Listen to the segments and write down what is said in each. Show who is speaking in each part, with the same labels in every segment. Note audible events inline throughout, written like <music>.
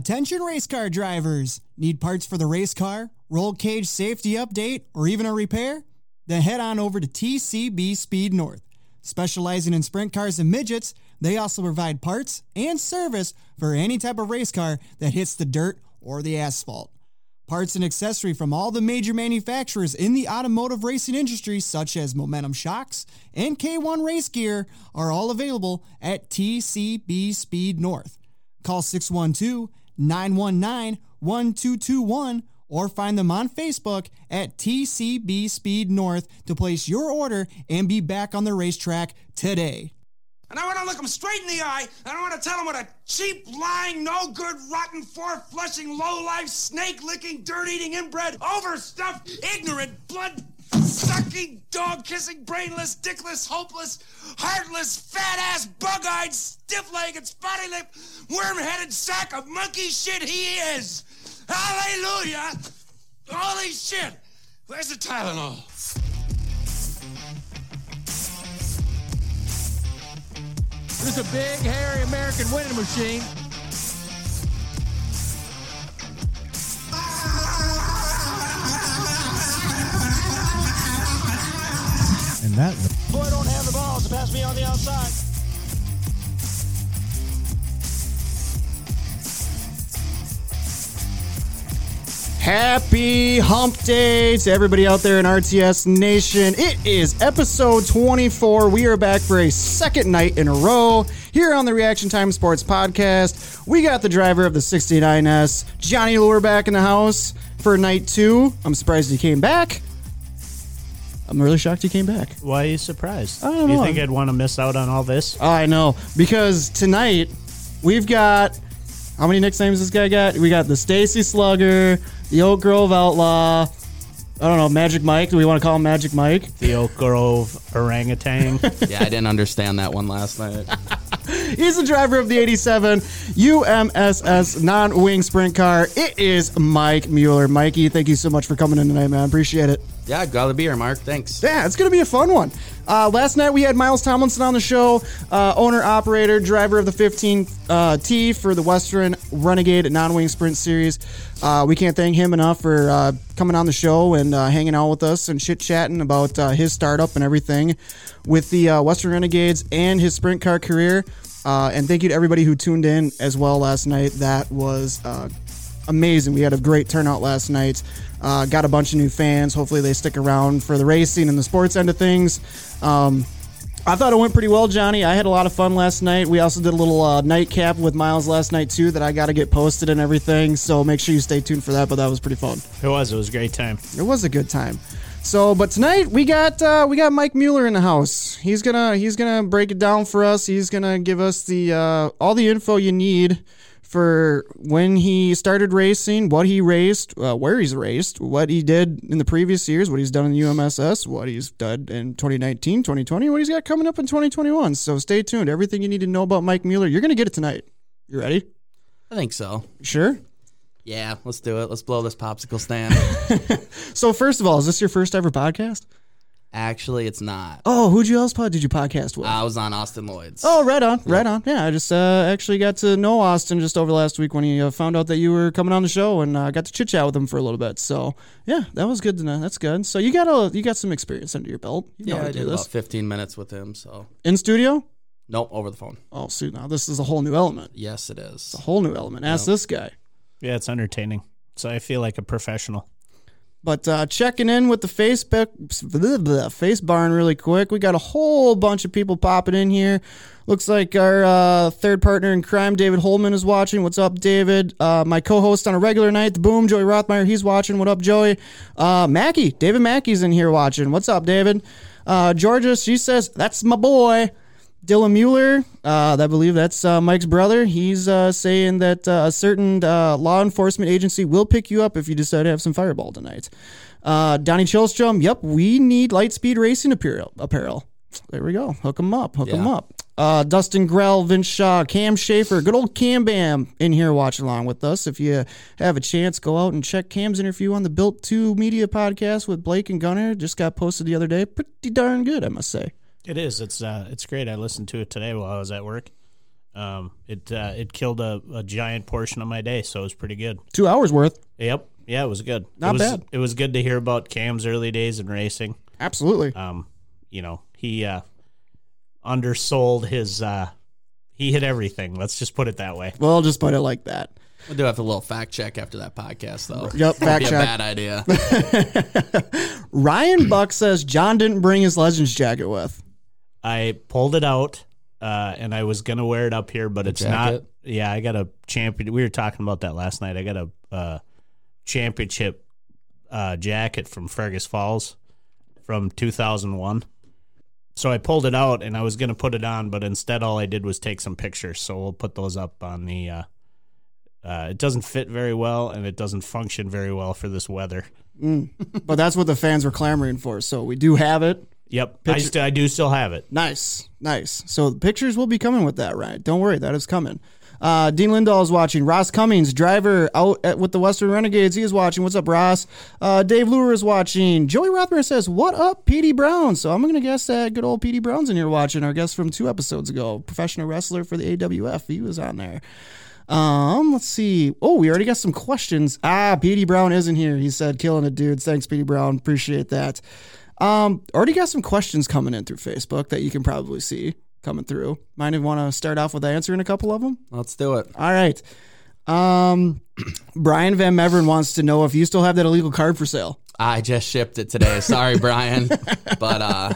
Speaker 1: Attention race car drivers! Need parts for the race car, roll cage safety update, or even a repair? Then head on over to TCB Speed North. Specializing in sprint cars and midgets, they also provide parts and service for any type of race car that hits the dirt or the asphalt. Parts and accessory from all the major manufacturers in the automotive racing industry, such as Momentum Shocks and K1 Race Gear, are all available at TCB Speed North. Call 612 919 1221 or find them on Facebook at TCB Speed North to place your order and be back on the racetrack today.
Speaker 2: And I want to look him straight in the eye, and I want to tell him what a cheap, lying, no good, rotten, four flushing, low life, snake licking, dirt eating, inbred, overstuffed, ignorant, blood sucking, dog kissing, brainless, dickless, hopeless, heartless, fat ass, bug eyed, stiff legged, spotty lipped, worm headed sack of monkey shit he is! Hallelujah! Holy shit! Where's the Tylenol?
Speaker 3: There's a big, hairy American winning machine.
Speaker 4: And that
Speaker 2: Boy, don't have the balls to pass me on the outside.
Speaker 1: Happy hump day to everybody out there in RTS Nation. It is episode 24. We are back for a second night in a row here on the Reaction Time Sports Podcast. We got the driver of the 69S, Johnny Lure, back in the house for night two. I'm surprised he came back. I'm really shocked he came back.
Speaker 5: Why are you surprised?
Speaker 1: I don't know.
Speaker 5: You think I'd want to miss out on all this?
Speaker 1: Oh, I know because tonight we've got how many nicknames this guy got? We got the Stacy Slugger, the Oak Grove Outlaw. I don't know, Magic Mike. Do we want to call him Magic Mike?
Speaker 5: The Oak Grove
Speaker 1: <laughs>
Speaker 5: orangutan.
Speaker 6: Yeah, I didn't understand that one last night.
Speaker 1: He's the driver of the 87 UMSS non wing sprint car. It is Mike Mueller. Mikey, thank you so much for coming in tonight, man. Appreciate it.
Speaker 6: Yeah, got the beer, Mark. Thanks.
Speaker 1: Yeah, it's going to be a fun one. Uh, last night we had Miles Tomlinson on the show, uh, owner, operator, driver of the 15 uh, T for the Western Renegade Non Wing Sprint Series. Uh, we can't thank him enough for uh, coming on the show and uh, hanging out with us and chit chatting about uh, his startup and everything with the uh, Western Renegades and his sprint car career. Uh, and thank you to everybody who tuned in as well last night. That was uh, amazing. We had a great turnout last night. Uh, got a bunch of new fans. Hopefully, they stick around for the racing and the sports end of things. Um, I thought it went pretty well, Johnny. I had a lot of fun last night. We also did a little uh, nightcap with Miles last night too that I got to get posted and everything. So make sure you stay tuned for that. But that was pretty fun.
Speaker 5: it was. It was a great time.
Speaker 1: It was a good time. So, but tonight we got uh, we got Mike Mueller in the house. He's gonna he's gonna break it down for us. He's gonna give us the uh, all the info you need for when he started racing, what he raced, uh, where he's raced, what he did in the previous years, what he's done in the UMSS, what he's done in 2019, 2020, what he's got coming up in 2021. So stay tuned. Everything you need to know about Mike Mueller, you're gonna get it tonight. You ready?
Speaker 6: I think so.
Speaker 1: You Sure.
Speaker 6: Yeah, let's do it. Let's blow this
Speaker 1: <laughs>
Speaker 6: popsicle stand.
Speaker 1: So first of all, is this your first ever podcast?
Speaker 6: Actually, it's not.
Speaker 1: Oh, who'd you else pod did you podcast with?
Speaker 6: I was on Austin Lloyd's.
Speaker 1: Oh, right on, right on. Yeah, I just uh, actually got to know Austin just over last week when he uh, found out that you were coming on the show, and uh, got to chit chat with him for a little bit. So yeah, that was good to know. That's good. So you got a you got some experience under your belt. You know
Speaker 6: yeah,
Speaker 1: how
Speaker 6: I
Speaker 1: to do
Speaker 6: did
Speaker 1: this
Speaker 6: about 15 minutes with him. So,
Speaker 1: in studio.
Speaker 6: nope, over the phone.
Speaker 1: Oh, see now this is a whole new element.
Speaker 6: Yes, it is.
Speaker 1: Whole new element. Ask this guy.
Speaker 5: Yeah, it's entertaining. So I feel like a professional.
Speaker 1: But uh, checking in with the Facebook blah, blah, face barn really quick. We got a whole bunch of people popping in here. Looks like our uh, third partner in crime, David Holman, is watching. What's up, David? Uh, my co-host on a regular night, the Boom, Joey Rothmeyer, he's watching. What up, Joey? Uh, Mackie, David Mackey's in here watching. What's up, David? Uh, Georgia, she says that's my boy. Dylan Mueller, uh, I believe that's uh, Mike's brother. He's uh, saying that uh, a certain uh, law enforcement agency will pick you up if you decide to have some fireball tonight. Uh, Donnie Chilstrom, yep, we need Lightspeed Racing apparel. apparel. There we go. Hook 'em up. Hook 'em
Speaker 6: Yeah.
Speaker 1: up. Uh, Dustin Grell, Vince Shaw, Cam Schaefer, good old Cam Bam in here watching along with us. If you have a chance, go out and check Cam's interview on the Built 2 Media podcast with Blake and Gunner. Just got posted the other day. Pretty darn good, I must say.
Speaker 5: It is. It's uh, it's great. I listened to it today while I was at work. Um, it uh, it killed a, a giant portion of my day, so it was pretty good.
Speaker 1: Two hours worth.
Speaker 5: Yep. Yeah, it was good.
Speaker 1: Not
Speaker 5: it was,
Speaker 1: bad.
Speaker 5: It was good to hear about Cam's early days in racing.
Speaker 1: Absolutely.
Speaker 5: Um, you know, he uh, undersold his. Uh, he hit everything. Let's just put it that way.
Speaker 1: Well, I'll just put it like that.
Speaker 6: We do have a little fact check after that podcast, though.
Speaker 1: Yep,
Speaker 6: That'd
Speaker 1: fact
Speaker 6: be a
Speaker 1: check.
Speaker 6: bad idea.
Speaker 1: <laughs> Ryan Buck says John didn't bring his Legends jacket with.
Speaker 5: I pulled it out, uh, and I was gonna wear it up here, but it's not.
Speaker 6: jacket?
Speaker 5: Yeah, I got a champion. We were talking about that last night. I got a uh, championship uh, jacket from Fergus Falls from 2001. So I pulled it out, and I was gonna put it on, but instead, all I did was take some pictures. So we'll put those up on the. Uh, uh, it doesn't fit very well, and it doesn't function very well for this weather.
Speaker 1: But that's what the fans were clamoring for. So we do have it.
Speaker 5: Yep, I, st- I do still have it.
Speaker 1: Nice, nice. So the pictures will be coming with that, right? Don't worry, that is coming. Uh, Dean Lindahl is watching. Ross Cummings, driver out at, with the Western Renegades, he is watching. What's up, Ross? Uh, Dave Luer is watching. Joey Rothman says, "What up, Petey Brown?" So I'm gonna guess that good old Petey Brown's in here watching. Our guest from two episodes ago, professional wrestler for the AWF, he was on there. Um, let's see. Oh, we already got some questions. Ah, Petey Brown isn't here. He said, "Killing it, dudes." Thanks, Petey Brown. Appreciate that. Um, already got some questions coming in through Facebook that you can probably see coming through. Might want to start off with answering a couple of them.
Speaker 6: Let's do it.
Speaker 1: All right. Um, <clears throat> Brian Van Meveren wants to know if you still have that illegal card for sale.
Speaker 6: I just shipped it today.
Speaker 1: <laughs>
Speaker 6: Sorry, Brian. But uh,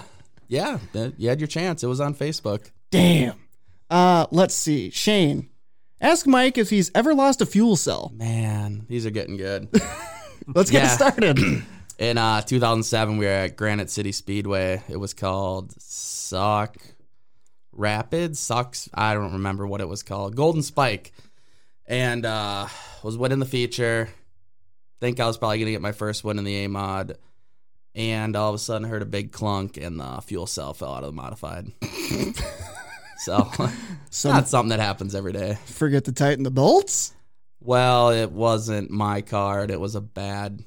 Speaker 6: yeah, th- you had your chance. It was on Facebook.
Speaker 1: Damn. Uh, let's see. Shane, ask Mike if he's ever lost a fuel cell.
Speaker 6: Man, these are getting good.
Speaker 1: Let's get
Speaker 6: Yeah.
Speaker 1: started. <clears throat>
Speaker 6: In uh, 2007, we were at Granite City Speedway. It was called Sock Rapids. Socks. I don't remember what it was called. Golden Spike, and uh, was winning the feature. Think I was probably gonna get my first win in the A mod, and all of a sudden heard a big clunk, and the fuel cell fell out of the modified. <laughs> so,
Speaker 1: So
Speaker 6: not something that happens every day.
Speaker 1: forget to tighten the bolts.
Speaker 6: Well, it wasn't my card. It was a bad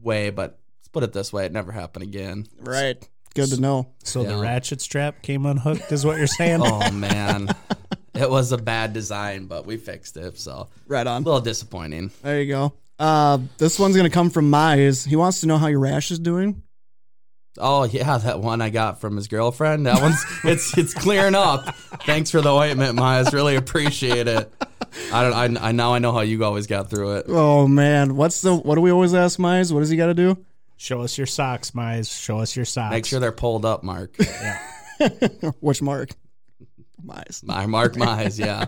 Speaker 6: way, but let's put it this way: it never happened again.
Speaker 1: Right. Good to know.
Speaker 5: So the
Speaker 6: Yeah.
Speaker 5: ratchet strap came unhooked, is what you're saying. <laughs>
Speaker 6: Oh man, it was a bad design, but we fixed it. So
Speaker 1: Right
Speaker 6: a
Speaker 1: on.
Speaker 6: little disappointing.
Speaker 1: There you go. Uh, this one's gonna come from Mize. He wants to know how your rash is doing.
Speaker 6: Oh yeah, that one I got from his girlfriend. That one's <laughs> it's it's clearing up. Thanks for the ointment, Miles. Really appreciate it. I don't. I, I now I know how you always got through it.
Speaker 1: Oh man, what's the what do we always ask Mize? What does he got to do?
Speaker 5: Show us your socks, Mize. Show us your socks.
Speaker 6: Make sure they're pulled up, Mark.
Speaker 1: Which mark? Mize.
Speaker 6: My Mark Miles. Yeah.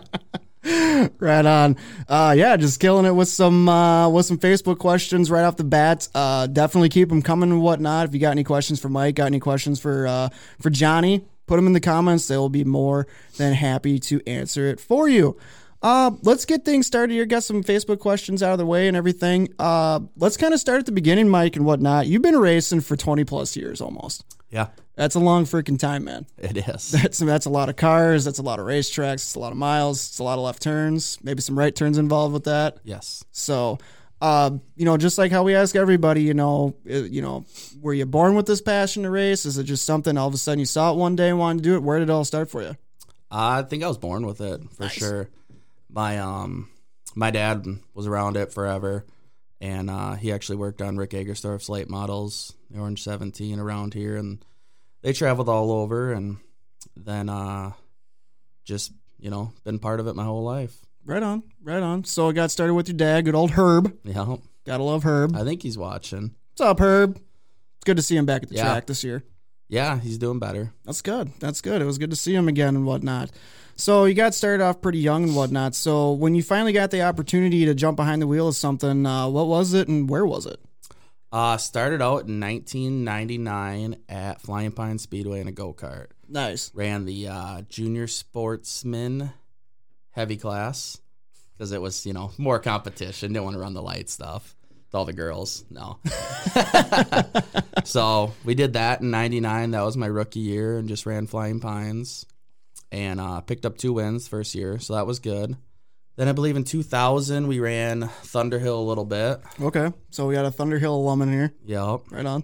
Speaker 1: Right on. Uh, yeah, just killing it with some uh, with some Facebook questions right off the bat. Uh, definitely keep them coming and whatnot. If you got any questions for Mike, got any questions for uh, for Johnny, put them in the comments. They will be more than happy to answer it for you. Uh, let's get things started here. Got some Facebook questions out of the way and everything. Uh, let's kind of start at the beginning, Mike, and whatnot. You've been racing for twenty plus years almost.
Speaker 6: Yeah.
Speaker 1: That's a long freaking time, man.
Speaker 6: It is.
Speaker 1: That's that's a lot of cars. That's a lot of racetracks. It's a lot of miles. It's a lot of left turns. Maybe some right turns involved with that.
Speaker 6: Yes.
Speaker 1: So, uh, you know, just like how we ask everybody, you know, uh, you know, were you born with this passion to race? Is it just something all of a sudden you saw it one day and wanted to do it? Where did it all start for you?
Speaker 6: I think I was born with it for sure. My um my dad was around it forever, and uh, he actually worked on Rick Eggerstorff's late models, the Orange Seventeen, around here, and they traveled all over, and then uh, just you know been part of it my whole life.
Speaker 1: Right on, right on. So it got started with your dad, good old Herb.
Speaker 6: Yeah,
Speaker 1: Gotta love Herb.
Speaker 6: I think he's watching.
Speaker 1: What's up, Herb? It's good to see him back at the
Speaker 6: Yeah.
Speaker 1: track this year.
Speaker 6: Yeah, he's doing better.
Speaker 1: That's good. That's good. It was good to see him again and whatnot. So you got started off pretty young and whatnot. So when you finally got the opportunity to jump behind the wheel of something, uh, what was it and where was it?
Speaker 6: Uh, started out in 1999 at Flying Pine Speedway in a go kart.
Speaker 1: Nice.
Speaker 6: ran the uh, junior sportsman heavy class because it was you know <laughs> more competition. Didn't want to run the light stuff with all the girls. No, <laughs> so we did that in '99. That was my rookie year, and just ran Flying Pines and uh, picked up two wins first year, so that was good. Then I believe in 2000 we ran Thunderhill a little bit.
Speaker 1: Okay. So we got a Thunder Hill alum in here.
Speaker 6: Yep
Speaker 1: Right on.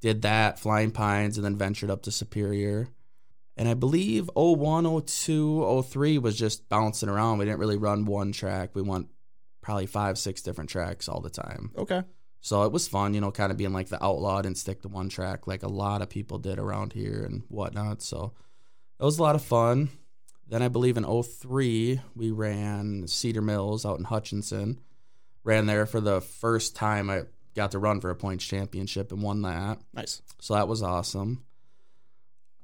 Speaker 6: did that flying pines and then ventured up to superior And I believe 01, 02, 03 was just bouncing around. We didn't really run one track. We went probably five, six different tracks all the time.
Speaker 1: Okay.
Speaker 6: So it was fun, you know, kind of being like the outlaw and stick to one track like a lot of people did around here and whatnot. So it was a lot of fun. Then I believe in 03, we ran Cedar Mills out in Hutchinson. Ran there for the first time I got to run for a points championship and won that.
Speaker 1: Nice.
Speaker 6: So that was awesome.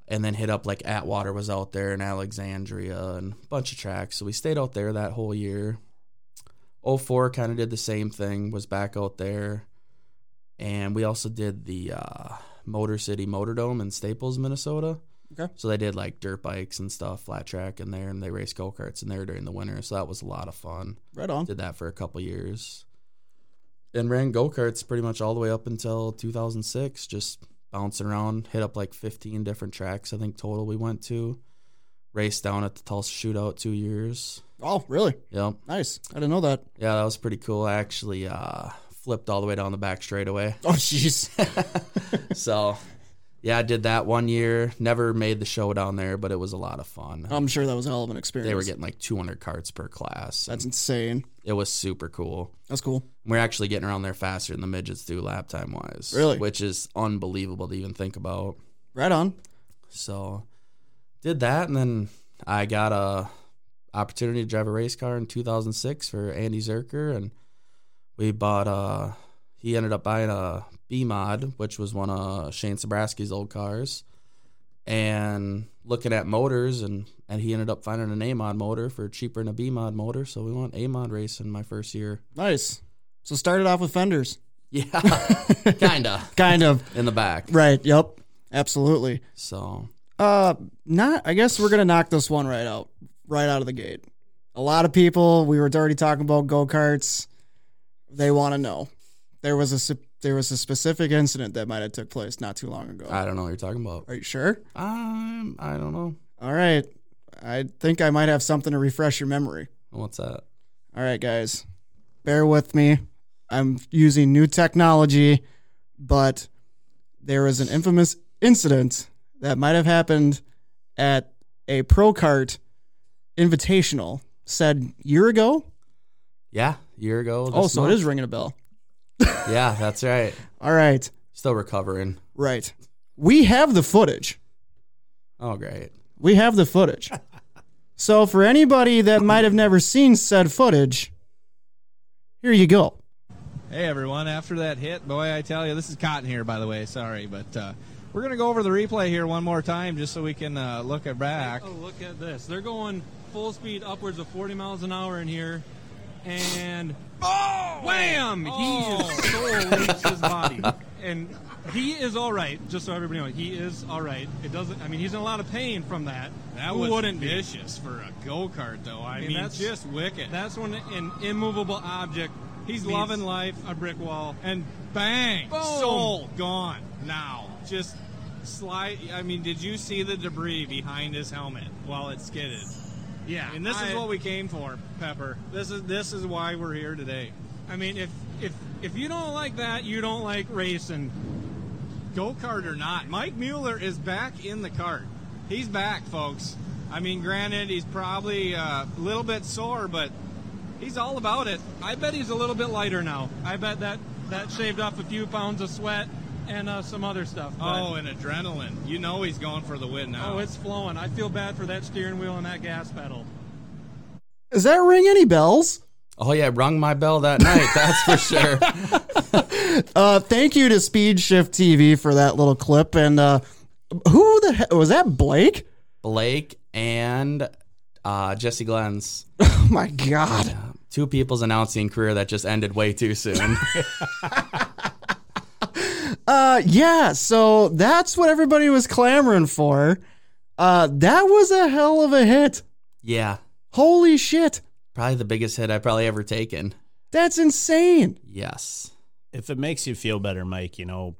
Speaker 6: And then hit up like Atwater was out there and Alexandria and a bunch of tracks. So we stayed out there that whole year. 04 kind of did the same thing, was back out there. And we also did the uh, Motor City Motordome in Staples, Minnesota.
Speaker 1: Okay.
Speaker 6: So they did like dirt bikes and stuff, flat track in there, and they raced go karts in there during the winter. So that was a lot of fun.
Speaker 1: Right on.
Speaker 6: Did that for a couple years. And ran go karts pretty much all the way up until 2006, just bouncing around, hit up like 15 different tracks, I think total we went to. Raced down at the Tulsa Shootout two years.
Speaker 1: Oh, really?
Speaker 6: Yep.
Speaker 1: Nice. I didn't know that.
Speaker 6: Yeah, that was pretty cool. I actually uh, flipped all the way down the back straightaway.
Speaker 1: <laughs> Oh, jeez. <laughs>
Speaker 6: so, yeah, I did that one year. Never made the show down there, but it was a lot of fun.
Speaker 1: I'm sure that was a hell of an experience.
Speaker 6: they were getting like 200 carts per class.
Speaker 1: That's insane.
Speaker 6: It was super cool.
Speaker 1: That's cool.
Speaker 6: We're actually getting around there faster than the midgets do lap time wise.
Speaker 1: Really?
Speaker 6: Which is unbelievable to even think about.
Speaker 1: Right on.
Speaker 6: So did that and then I got a opportunity to drive a race car in 2006 for Andy Zerker and we bought a he ended up buying a B mod which was one of Shane Sabraski's old cars and looking at motors and and he ended up finding an A mod motor for cheaper than a B mod motor so we went A mod racing my first year.
Speaker 1: Nice. So started off with fenders.
Speaker 6: Yeah. <laughs> Kinda
Speaker 1: Kind of.
Speaker 6: in the back.
Speaker 1: Right. Yep. Absolutely.
Speaker 6: So
Speaker 1: Uh, not. I guess we're gonna knock this one right out, right out of the gate. A lot of people. We were already talking about go karts. They want to know. There was a sp- there was a specific incident that might have took place not too long ago.
Speaker 6: I don't know what you're talking about.
Speaker 1: Are you sure?
Speaker 6: Um, I don't know.
Speaker 1: All right. I think I might have something to refresh your memory.
Speaker 6: What's that?
Speaker 1: All right, guys, bear with me. I'm using new technology, but there was an infamous incident that might have happened at a pro kart invitational said year ago.
Speaker 6: Yeah, year ago.
Speaker 1: Oh,
Speaker 6: this
Speaker 1: so it
Speaker 6: month.
Speaker 1: is ringing a bell.
Speaker 6: Yeah, that's right.
Speaker 1: All right,
Speaker 6: Still recovering.
Speaker 1: right. We have the footage.
Speaker 6: Oh, great.
Speaker 1: We have the footage. So for anybody that might have never seen said footage, here you go.
Speaker 3: Hey everyone, after that hit, boy, I tell you, this is Cotton here, by the way. Sorry, but uh, we're gonna go over the replay here one more time just so we can uh, look it back.
Speaker 7: Oh, look at this. They're going full speed upwards of 40 miles an hour in here. And wham!
Speaker 3: Oh.
Speaker 7: He is so rakes his body. And he is all right, just so everybody knows. He is all right. It doesn't, I mean, he's in a lot of pain from that.
Speaker 3: That
Speaker 7: Who
Speaker 3: was
Speaker 7: wouldn't be?
Speaker 3: vicious for a go kart, though. I,
Speaker 7: mean,
Speaker 3: mean,
Speaker 7: that's-
Speaker 3: just wicked.
Speaker 7: That's when an immovable object. He's
Speaker 3: Means-
Speaker 7: loving life, a brick wall.
Speaker 3: and bang,
Speaker 7: Boom.
Speaker 3: soul gone. Now, just slide. I mean, did you see the debris behind his helmet while it skidded?
Speaker 7: Yeah.
Speaker 3: And this is
Speaker 7: I-
Speaker 3: what we came for, Pepper. This is this is why we're here today.
Speaker 7: I mean, if if if you don't like that, you don't like racing.
Speaker 3: Go kart or not, Mike Mueller is back in the cart. He's back, folks. I mean, granted, he's probably uh, a little bit sore, but
Speaker 7: He's all about it. I bet he's a little bit lighter now. I bet that that shaved off a few pounds of sweat and uh, some other stuff. but-
Speaker 3: oh, and adrenaline. You know he's going for the win now.
Speaker 7: oh, it's flowing. I feel bad for that steering wheel and that gas pedal.
Speaker 1: Does that ring any bells?
Speaker 6: Oh yeah, rung my bell that night. <laughs> That's for sure.
Speaker 1: Uh, thank you to Speed Shift TV for that little clip. And uh, who the he- was that? Blake?
Speaker 6: Blake and uh, Jesse Glenn's
Speaker 1: Oh my god!
Speaker 6: two people's announcing career that just ended way too soon. <laughs>
Speaker 1: Uh, yeah. So that's what everybody was clamoring for. Uh, that was a hell of a hit.
Speaker 6: yeah,
Speaker 1: Holy shit!
Speaker 6: probably the biggest hit I probably ever taken.
Speaker 1: That's insane.
Speaker 6: Yes.
Speaker 5: If it makes you feel better, Mike, you know,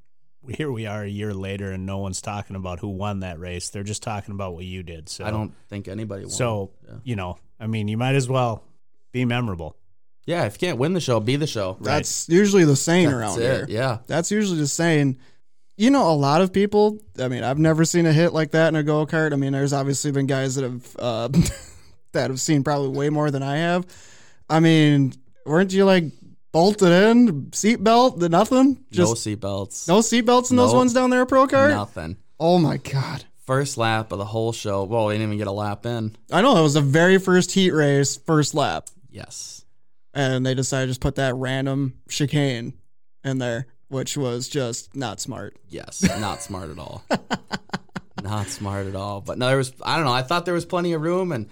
Speaker 5: here we are a year later and no one's talking about who won that race. They're just talking about what you did. So
Speaker 6: I don't think anybody won.
Speaker 5: So, you know, I mean, you might as well be memorable.
Speaker 6: yeah, if you can't win the show, be the show.
Speaker 1: That's usually the saying around
Speaker 6: That's
Speaker 1: here.
Speaker 6: it. Yeah.
Speaker 1: That's usually the saying. you know, a lot of people. I mean, I've never seen a hit like that in a go kart. I mean, there's obviously been guys that have uh, <laughs> that have seen probably way more than I have. I mean, weren't you like bolted in, seatbelt, the nothing,
Speaker 6: no
Speaker 1: just
Speaker 6: seatbelts.
Speaker 1: no, seatbelts in those
Speaker 6: Nope.
Speaker 1: ones down there, pro kart?
Speaker 6: Nothing.
Speaker 1: Oh my god!
Speaker 6: First lap of the whole show. Whoa, we didn't even get a lap in.
Speaker 1: I know that was the very first heat race, first lap,
Speaker 6: Yes.
Speaker 1: and they decided to just put that random chicane in there, which was just not smart.
Speaker 6: Yes. Not smart at all. <laughs> Not smart at all. But no, there was, I don't know. I thought there was plenty of room, and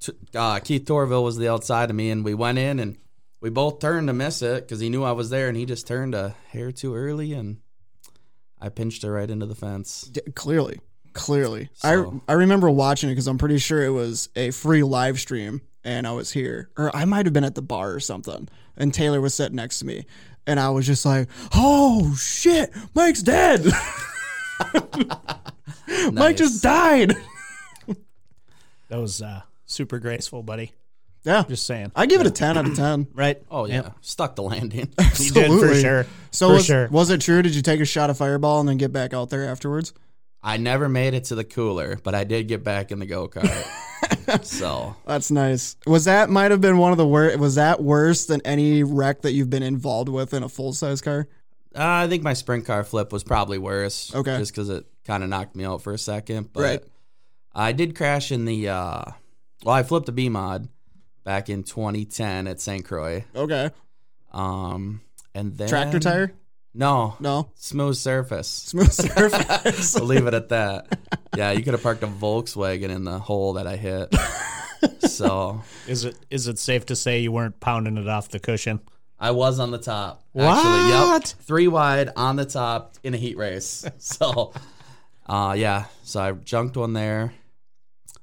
Speaker 6: t- uh, Keith Torville was the outside of me, and we went in and we both turned to miss it because he knew I was there, and he just turned a hair too early, and I pinched it right into the fence.
Speaker 1: D- clearly, clearly.
Speaker 6: So-
Speaker 1: I I remember watching it because I'm pretty sure it was a free live stream, and I was here, or I might have been at the bar or something, and Taylor was sitting next to me, and I was just like, "Oh shit, Mike's dead! <laughs> Mike just died!" <laughs>
Speaker 5: That was uh, super graceful, buddy.
Speaker 1: yeah,
Speaker 5: Just saying.
Speaker 1: I give it a ten out of
Speaker 5: <clears throat>
Speaker 1: ten.
Speaker 5: right?
Speaker 6: Oh, yeah. Stuck the landing. <laughs>
Speaker 5: You did, for
Speaker 1: Absolutely.
Speaker 5: sure.
Speaker 1: So
Speaker 5: for
Speaker 1: was,
Speaker 5: sure.
Speaker 1: was it true? Did you take a shot of fireball and then get back out there afterwards?
Speaker 6: I never made it to the cooler, but I did get back in the go kart. so
Speaker 1: That's nice. Was that might have been one of the worst? Was that worse than any wreck that you've been involved with in a full size car?
Speaker 6: uh, I think my sprint car flip was probably worse.
Speaker 1: Okay.
Speaker 6: Just because it kind of knocked me out for a second. But
Speaker 1: Right.
Speaker 6: I did crash in the. Uh, well, I flipped a B mod back in 2010 at St. Croix.
Speaker 1: Okay,
Speaker 6: Um, and then.
Speaker 1: tractor tire?
Speaker 6: No.
Speaker 1: No,
Speaker 6: Smooth surface.
Speaker 1: <laughs> smooth surface.
Speaker 6: I'll leave it
Speaker 1: <laughs>
Speaker 6: at that. Yeah, you could have parked a Volkswagen in the hole that I
Speaker 1: <laughs>
Speaker 6: hit. so
Speaker 5: Is it is it safe to say you weren't pounding it off the cushion?
Speaker 6: I was on the top. Actually, yep.
Speaker 5: What?
Speaker 6: Three wide on the top in a heat race. <laughs> So, uh, yeah. So I junked one there,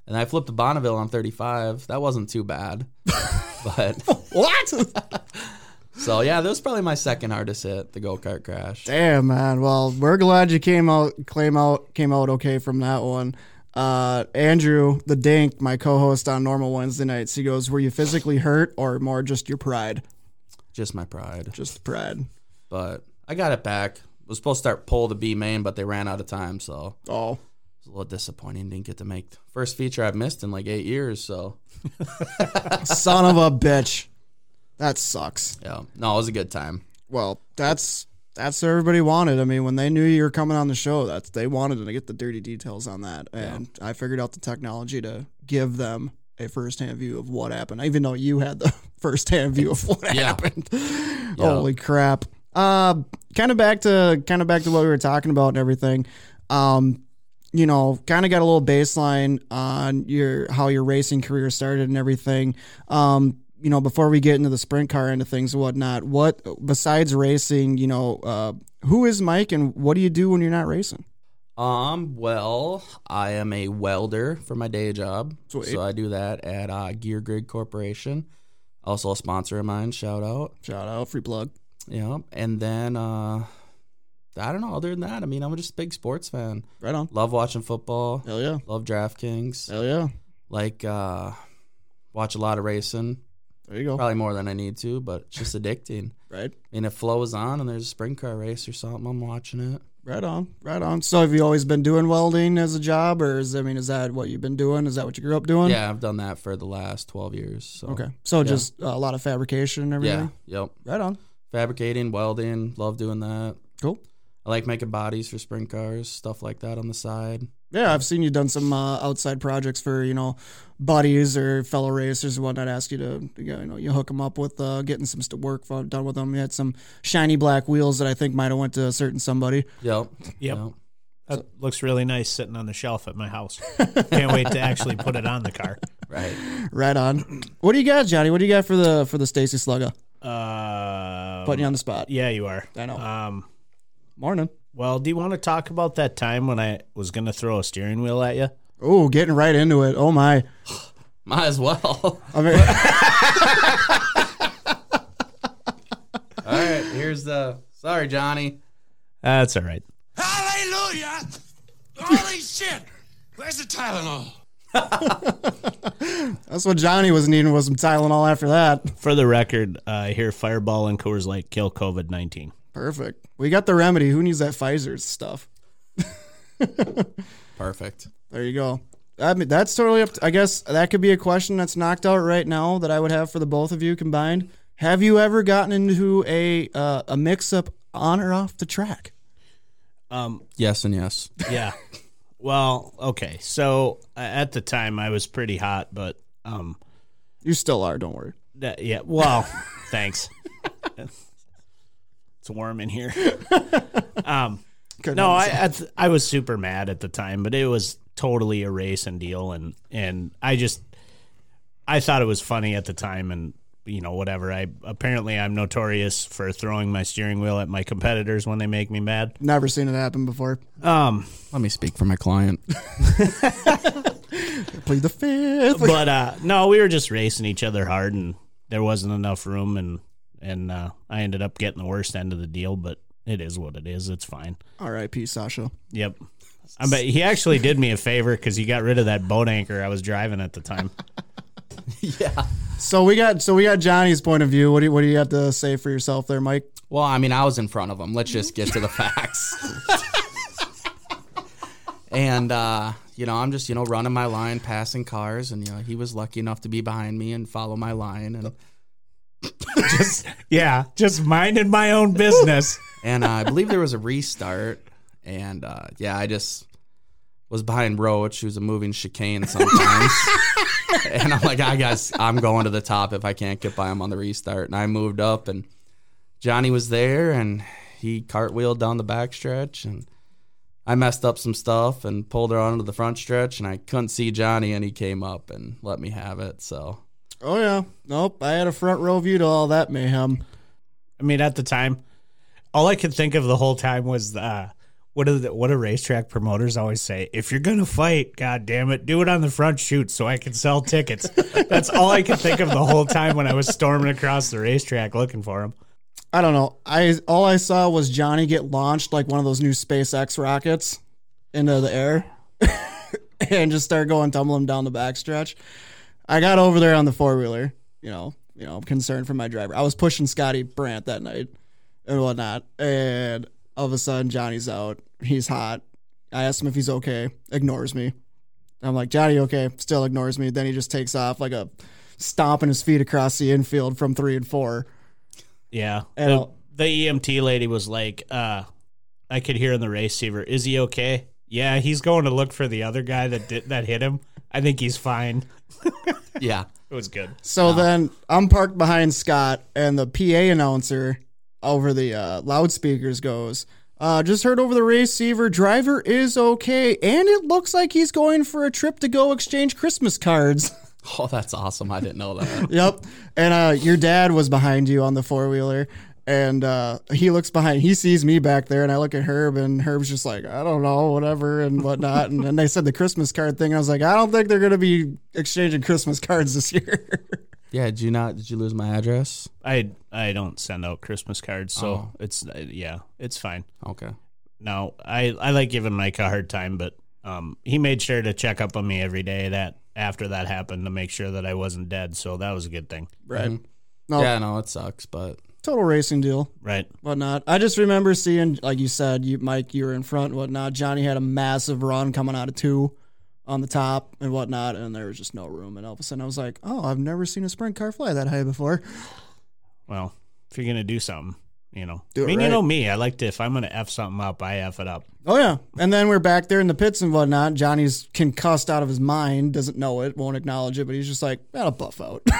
Speaker 6: and I flipped a Bonneville on 35. That wasn't
Speaker 1: <laughs>
Speaker 6: too bad, but
Speaker 1: what?
Speaker 6: <laughs> so yeah, that was probably my second hardest hit, the go kart crash.
Speaker 1: Damn, man. Well, we're glad you came out, claim out, came out okay from that one. Uh, Andrew, the Dink, my co-host on normal Wednesday nights, he goes, "Were you physically hurt or more just your pride?
Speaker 6: Just my pride,
Speaker 1: Just pride."
Speaker 6: but I got it back. Was supposed to start pole to B main, but they ran out of time, so
Speaker 1: Oh,
Speaker 6: it was a little disappointing. Didn't get to make the first feature I've missed in like eight years. So
Speaker 1: son of a bitch. That sucks.
Speaker 6: yeah, no, it was a good time.
Speaker 1: Well, that's that's what everybody wanted. I mean, when they knew you were coming on the show, that's they wanted to get the dirty details on that, and I figured out the technology to give them a first-hand view of what happened, even though you had the <laughs> first-hand view of what
Speaker 6: Yeah.
Speaker 1: happened. Holy crap! Uh, kind of back to kind of back to what we were talking about and everything. Um, you know, kind of got a little baseline on your how your racing career started and everything. Um, you know, before we get into the sprint car end of things and whatnot, what besides racing, you know, uh, who is Mike and what do you do when you're not racing?
Speaker 6: Um, well, I am a welder for my day job.
Speaker 1: Sweet.
Speaker 6: So I do that at uh, Gear Grid Corporation. Also a sponsor of mine, shout out.
Speaker 1: Shout out, free plug.
Speaker 6: Yeah. And then uh I don't know, other than that, I mean I'm just a big sports fan.
Speaker 1: Right on.
Speaker 6: Love watching football.
Speaker 1: Hell yeah.
Speaker 6: Love DraftKings.
Speaker 1: Hell yeah.
Speaker 6: Like uh watch a lot of racing.
Speaker 1: There you go.
Speaker 6: Probably more than I need to, but it's just addicting.
Speaker 1: Right.
Speaker 6: I mean, it flows on and there's a sprint car race or something, I'm watching it.
Speaker 1: Right on. Right on. So have you always been doing welding as a job or is I mean, is that what you've been doing? Is that what you grew up doing?
Speaker 6: Yeah, I've done that for the last twelve years. So
Speaker 1: Um, Okay. So just uh, a lot of fabrication and
Speaker 6: Yeah.
Speaker 1: everything?
Speaker 6: Yep.
Speaker 1: Right on.
Speaker 6: fabricating, welding, love doing that.
Speaker 1: Cool.
Speaker 6: I like making bodies for sprint cars, stuff like that on the side.
Speaker 1: Yeah, I've seen you done some uh, outside projects for you know buddies or fellow racers and whatnot. Ask you to you know you hook them up with uh, getting some st- work fun- done with them. You had some shiny black wheels that I think might have went to a certain somebody.
Speaker 6: Yep.
Speaker 5: Yep. That looks really nice sitting on the shelf at my <laughs> house. Can't wait to actually put it on the car.
Speaker 6: Right.
Speaker 1: Right on. What do you got, Johnny? What do you got for the for the Stacy Slugger?
Speaker 5: Uh,
Speaker 1: Putting you on the spot.
Speaker 5: yeah, you are.
Speaker 1: I know.
Speaker 5: Um,
Speaker 1: Morning.
Speaker 5: well, do you want to talk about that time when I was going to throw a steering wheel at you?
Speaker 1: Oh, getting right into it. Oh my.
Speaker 6: Might as well. All
Speaker 1: I mean, <laughs>
Speaker 6: right. Here's the. Sorry, Johnny.
Speaker 5: That's all right.
Speaker 2: Hallelujah! Holy shit! Where's the Tylenol?
Speaker 1: that's what Johnny was needing was some Tylenol after that.
Speaker 5: For the record, uh, I hear Fireball and Coors Light kill COVID 19.
Speaker 1: Perfect. We got the remedy. Who needs that Pfizer stuff?
Speaker 6: Perfect.
Speaker 1: There you go. I mean, that's totally up. To, I guess that could be a question that's knocked out right now that I would have for the both of you combined. Have you ever gotten into a uh, a mix up on or off the track?
Speaker 5: Um,
Speaker 6: Yes and yes.
Speaker 5: yeah. Well, okay. So uh, at the time, I was pretty hot, but um,
Speaker 1: You still are. Don't worry.
Speaker 5: that, yeah. Well, <laughs> thanks. it's warm in here. Um,
Speaker 1: Good
Speaker 5: no,
Speaker 1: one.
Speaker 5: I I, th- I was super mad at the time, but it was totally a race and deal, and and I just I thought it was funny at the time, and you know whatever. I apparently I'm notorious for throwing my steering wheel at my competitors when they make me mad.
Speaker 1: never seen it happen before.
Speaker 5: Um,
Speaker 6: Let me speak for my client.
Speaker 1: Plead the fifth.
Speaker 5: but uh, no, we were just racing each other hard, and there wasn't enough room, and and uh, I ended up getting the worst end of the deal. But it is what it is. It's fine.
Speaker 1: R.I.P. Sasha.
Speaker 5: Yep. I bet he actually did me a favor because he got rid of that boat anchor I was driving at the time.
Speaker 6: yeah.
Speaker 1: So we got so we got Johnny's point of view. What do you, what do you have to say for yourself there, Mike?
Speaker 6: Well, I mean, I was in front of him. Let's just get to the facts. and uh, you know, I'm just you know running my line, passing cars, and you know he was lucky enough to be behind me and follow my line, and
Speaker 5: Yeah, just minding my own business. <laughs>
Speaker 6: and uh, I believe there was a restart, and uh, yeah, I just was behind Roach, who's a moving chicane sometimes. and I'm like, I guess I'm going to the top if I can't get by him on the restart. And I moved up, and Johnny was there, and he cartwheeled down the back stretch, and I messed up some stuff and pulled her onto the front stretch, and I couldn't see Johnny, and he came up and let me have it. So
Speaker 1: Oh yeah. Nope. I had a front row view to all that mayhem.
Speaker 5: I mean, at the time, all I could think of the whole time was uh, what do the, what do racetrack promoters always say? If you're gonna fight, god damn it, do it on the front shoot so I can sell <laughs> tickets. That's all I could think of the whole time when I was storming across the racetrack looking for him.
Speaker 1: I don't know. I all I saw was Johnny get launched like one of those new SpaceX rockets into the air <laughs> and just start going tumbling down the backstretch. I got over there on the four wheeler, you know, you know, concerned for my driver. I was pushing Scotty Brandt that night and whatnot, and all of a sudden Johnny's out. He's hot. I asked him if he's okay. Ignores me. I'm like, Johnny, okay. Still ignores me. Then he just takes off like a stomping his feet across the infield from three and four.
Speaker 5: Yeah.
Speaker 1: And
Speaker 5: the,
Speaker 1: I'll-
Speaker 5: the EMT lady was like, uh, I could hear in the receiver, is he okay? Yeah, he's going to look for the other guy that did that hit him. I think he's fine.
Speaker 6: yeah,
Speaker 5: It was good.
Speaker 1: So then I'm parked behind Scott, and the PA announcer over the uh, loudspeakers goes, uh, Just heard over the receiver, driver is okay, and it looks like he's going for a trip to go exchange Christmas cards. <laughs>
Speaker 6: oh, that's awesome. I didn't know that.
Speaker 1: yep. And uh, your dad was behind you on the four wheeler. And uh, he looks behind. He sees me back there, and I look at Herb, and Herb's just like, I don't know, whatever, and whatnot. and then they said the Christmas card thing. I was like, I don't think they're going to be exchanging Christmas cards this year. <laughs>
Speaker 6: yeah, did you not? Did you lose my address?
Speaker 5: I I don't send out Christmas cards,
Speaker 1: Oh.
Speaker 5: so it's uh, yeah, it's fine.
Speaker 6: Okay.
Speaker 5: No, I I like giving Mike a hard time, but um, he made sure to check up on me every day that after that happened to make sure that I wasn't dead. So that was a good thing,
Speaker 1: right. No,
Speaker 6: Yeah, no, it sucks, but
Speaker 1: total racing deal,
Speaker 5: right?
Speaker 1: whatnot. I just remember seeing, like you said, you Mike, you were in front, and whatnot. Johnny had a massive run coming out of two on the top and whatnot, and there was just no room. And all of a sudden, I was like, "Oh, I've never seen a sprint car fly that high before."
Speaker 5: Well, if you're gonna do something, you know,
Speaker 1: Do it
Speaker 5: I mean, you
Speaker 1: right.
Speaker 5: know me, I like to if I'm gonna f something up, I f it up.
Speaker 1: Oh yeah, and then we're back there in the pits and whatnot. Johnny's concussed out of his mind, doesn't know it, won't acknowledge it, but he's just like, "That'll buff out." <laughs>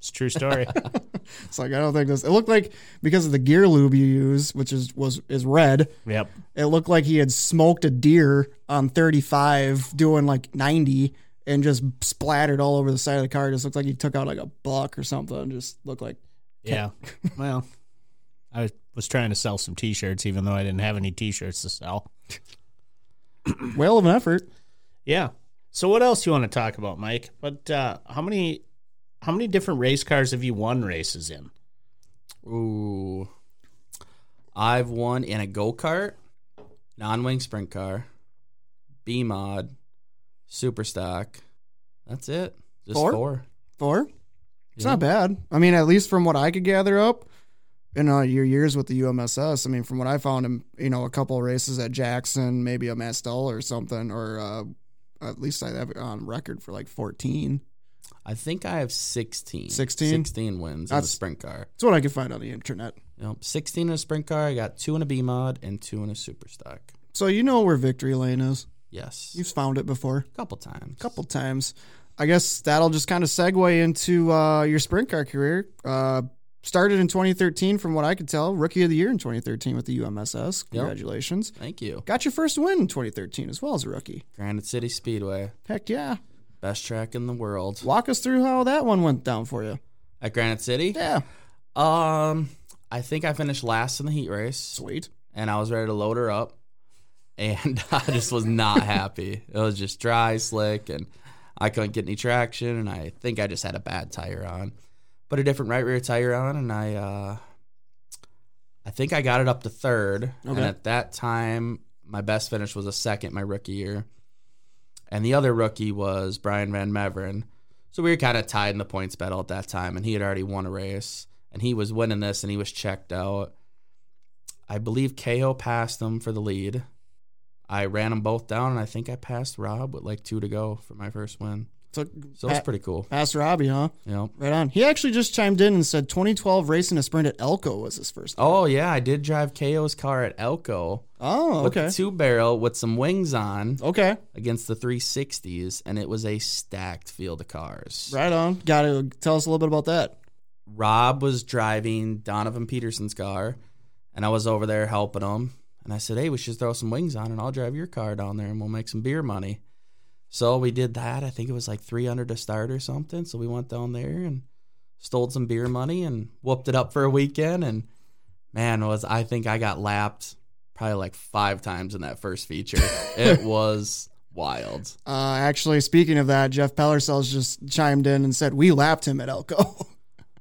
Speaker 5: It's a true story.
Speaker 1: it's like I don't think this. It looked like because of the gear lube you use, which is was is red.
Speaker 5: yep.
Speaker 1: It looked like he had smoked a deer on 35 doing like 90 and just splattered all over the side of the car. Just looked like he took out like a buck or something. Just looked like
Speaker 5: Yeah. well, I was trying to sell some t-shirts, even though I didn't have any t-shirts to sell.
Speaker 1: well of an effort.
Speaker 5: Yeah. So what else you want to talk about, Mike? But uh, how many how many different race cars have you won races in?
Speaker 6: Ooh. I've won in a go kart, non wing sprint car, B mod, super stock. That's it. Just
Speaker 1: Four?
Speaker 6: four.
Speaker 1: Four? It's
Speaker 6: Yeah.
Speaker 1: not bad. I mean, at least from what I could gather up, in uh, your years with the UMSS. I mean, from what I found him, you know, a couple of races at Jackson, maybe a Mastel or something, or uh, at least I have it on record for like 14.
Speaker 6: I think I have 16.
Speaker 1: 16?
Speaker 6: 16 wins in a
Speaker 1: That's-
Speaker 6: sprint car.
Speaker 1: That's what I could find on the internet.
Speaker 6: Yep, 16 in a sprint car. I got two in a B mod and two in a super stock.
Speaker 1: So you know where victory lane is.
Speaker 6: Yes.
Speaker 1: You've found it before.
Speaker 6: a couple times.
Speaker 1: couple times. I guess that'll just kind of segue into uh, your sprint car career. Uh, started in 2013, from what I could tell, rookie of the year in 2013 with the UMSS. Congratulations.
Speaker 6: Thank you.
Speaker 1: Got your first win in 2013 as well as a rookie.
Speaker 6: Granite City Speedway,
Speaker 1: Heck yeah.
Speaker 6: best track in the world.
Speaker 1: Walk us through how that one went down for you.
Speaker 6: At Granite City?
Speaker 1: Yeah.
Speaker 6: Um, I think I finished last in the heat race
Speaker 1: Sweet.
Speaker 6: and I was ready to load her up. And <laughs> I just was not happy. It was just dry, slick, and I couldn't get any traction. And I think I just had a bad tire on. Put a different right rear tire on, and I, uh, I think I got it up to third. And
Speaker 1: Okay.
Speaker 6: at that time, my best finish was a second my rookie year. And the other rookie was Brian Van Meveren. So we were kind of tied in the points battle at that time, and he had already won a race, and he was winning this, and he was checked out. I believe KO passed him for the lead. I ran them both down, and I think I passed Rob with like two to go for my first win.
Speaker 1: So,
Speaker 6: So it's pretty cool.
Speaker 1: Pass Robbie, huh?
Speaker 6: You know.
Speaker 1: Right on. He actually just chimed in and said 2012 racing a sprint at Elko was his first.
Speaker 6: Oh yeah, I did drive KO's car at Elko
Speaker 1: Oh,
Speaker 6: with
Speaker 1: okay.
Speaker 6: the two barrel with some wings on
Speaker 1: Okay.
Speaker 6: against the 360s, and it was a stacked field of cars.
Speaker 1: Right on. Got to tell us a little bit about that.
Speaker 6: Rob was driving Donovan Peterson's car, and I was over there helping him. And I said, "Hey, we should throw some wings on, and I'll drive your car down there, and we'll make some beer money." So we did that. I think it was like three hundred to start or something. So we went down there and stole some beer money and whooped it up for a weekend. And man, was I think I got lapped probably like five times in that first feature. it was wild.
Speaker 1: Uh, actually, speaking of that, Jeff Pellersells just chimed in and said, We lapped him at Elko. <laughs>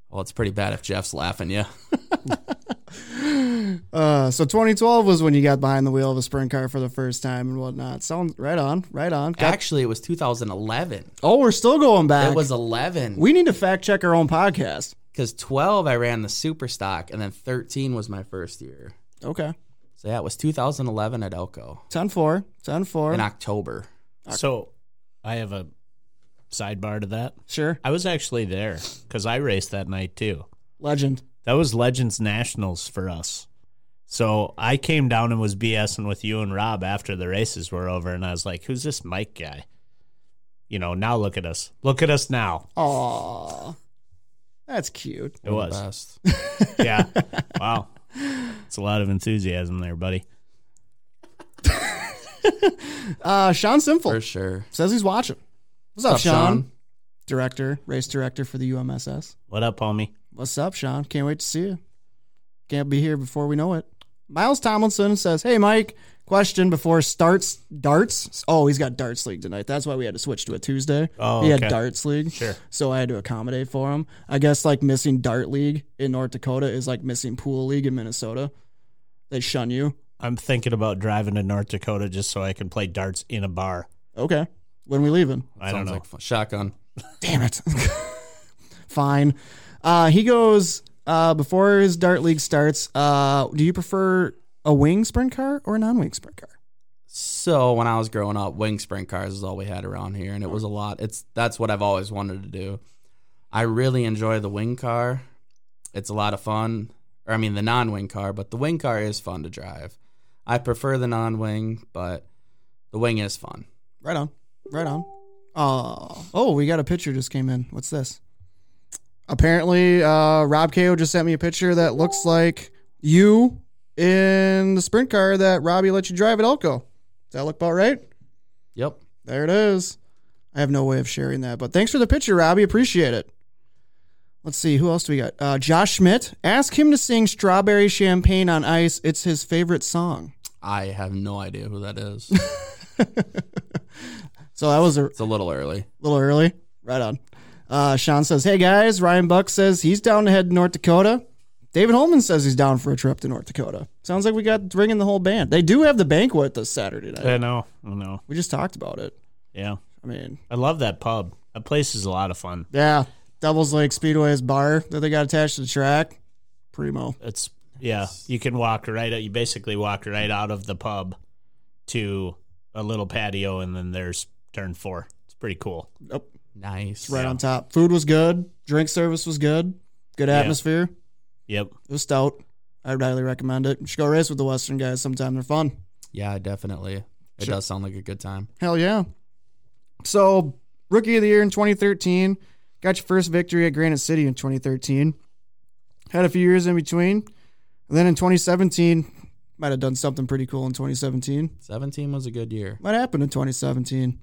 Speaker 6: Well, it's pretty bad if Jeff's laughing, yeah.
Speaker 1: Uh, so 2012 was when you got behind the wheel of a sprint car for the first time and whatnot. Sounds right on, right on. Got-
Speaker 6: Actually, it was 2011.
Speaker 1: oh, we're still going back.
Speaker 6: It was 11.
Speaker 1: we need to fact check our own podcast.
Speaker 6: because 12 I ran the super stock and then 13 was my first year.
Speaker 1: Okay.
Speaker 6: So yeah, it was 2011 at Elko
Speaker 1: 10 4, 10 4.
Speaker 6: in October.
Speaker 5: So I have a sidebar to that.
Speaker 1: sure.
Speaker 5: I was actually there because I raced that night too.
Speaker 1: Legend.
Speaker 5: That was Legends Nationals for us. So I came down and was BSing with you and Rob after the races were over, and I was like, "Who's this Mike guy?" You know, now look at us. Look at us now.
Speaker 1: Aw. That's cute.
Speaker 5: It was,
Speaker 6: Best.
Speaker 5: yeah. Wow, it's a lot of enthusiasm there, buddy.
Speaker 1: Uh, Sean Simple
Speaker 6: For sure.
Speaker 1: says he's watching. What's up,
Speaker 6: Up,
Speaker 1: Sean?
Speaker 6: Sean?
Speaker 1: Director, race director for the UMSS.
Speaker 5: What up, homie?
Speaker 1: What's up, Sean? Can't wait to see you. Can't be here before we know it. Miles Tomlinson says, Hey, Mike, question before starts darts. Oh, he's got darts league tonight. That's why we had to switch to a Tuesday.
Speaker 5: Oh,
Speaker 1: he
Speaker 5: okay.
Speaker 1: had darts league.
Speaker 5: Sure.
Speaker 1: So I had to accommodate for him. I guess like missing dart league in North Dakota is like missing pool league in Minnesota. They shun you.
Speaker 5: I'm thinking about driving to North Dakota just so I can play darts in a bar.
Speaker 1: Okay. When we leaving?
Speaker 5: <laughs> I don't know.
Speaker 6: Like fun- shotgun.
Speaker 1: Damn it. <laughs> Fine. Uh, he goes uh, before his dart league starts. Uh, do you prefer a wing sprint car or a non-wing sprint car?
Speaker 6: So when I was growing up, wing sprint cars is all we had around here, and it was a lot. It's that's what I've always wanted to do. I really enjoy the wing car. It's a lot of fun. Or I mean the non-wing car, but the wing car is fun to drive. I prefer the non-wing, but the wing is fun.
Speaker 1: Right on. Right on. Oh, oh, we got a picture just came in. What's this? Apparently, uh, Rob Ko just sent me a picture that looks like you in the sprint car that Robbie let you drive at Elko. Does that look about right?
Speaker 6: Yep.
Speaker 1: There it is. I have no way of sharing that, but thanks for the picture, Robbie. Appreciate it. Let's see, who else do we got? Uh, Josh Schmidt. Ask him to sing Strawberry Champagne on Ice. It's his favorite song.
Speaker 6: I have no idea who that is.
Speaker 1: So that was a
Speaker 6: It's a little early.
Speaker 1: little early. Right on. Uh, Sean says, Hey guys, Ryan Buck says he's down to head to North Dakota. David Holman says he's down for a trip to North Dakota. Sounds like we got to bring in the whole band. They do have the banquet this Saturday night.
Speaker 5: I know. I know.
Speaker 1: We just talked about it.
Speaker 5: Yeah,
Speaker 1: I mean,
Speaker 5: I love that pub. That place is a lot of fun.
Speaker 1: yeah, Devil's Lake Speedway's bar that they got attached to the track. primo.
Speaker 5: It's yeah. You can walk right. You basically walk right out of the pub to a little patio, and then there's turn four. It's pretty cool.
Speaker 1: Yep.
Speaker 6: Nice.
Speaker 1: right on top. Food was good. Drink service was good. Good atmosphere.
Speaker 5: Yep.
Speaker 1: It was stout. I would highly recommend it. You should go race with the Western guys sometime. They're fun.
Speaker 6: Yeah, definitely. It does sound like a good time.
Speaker 1: Hell yeah. So, rookie of the year in 2013. Got your first victory at Granite City in 2013. Had a few years in between. And then in 2017, might have done something pretty cool in 2017.
Speaker 6: 17 was a good year.
Speaker 1: What happened in 2017?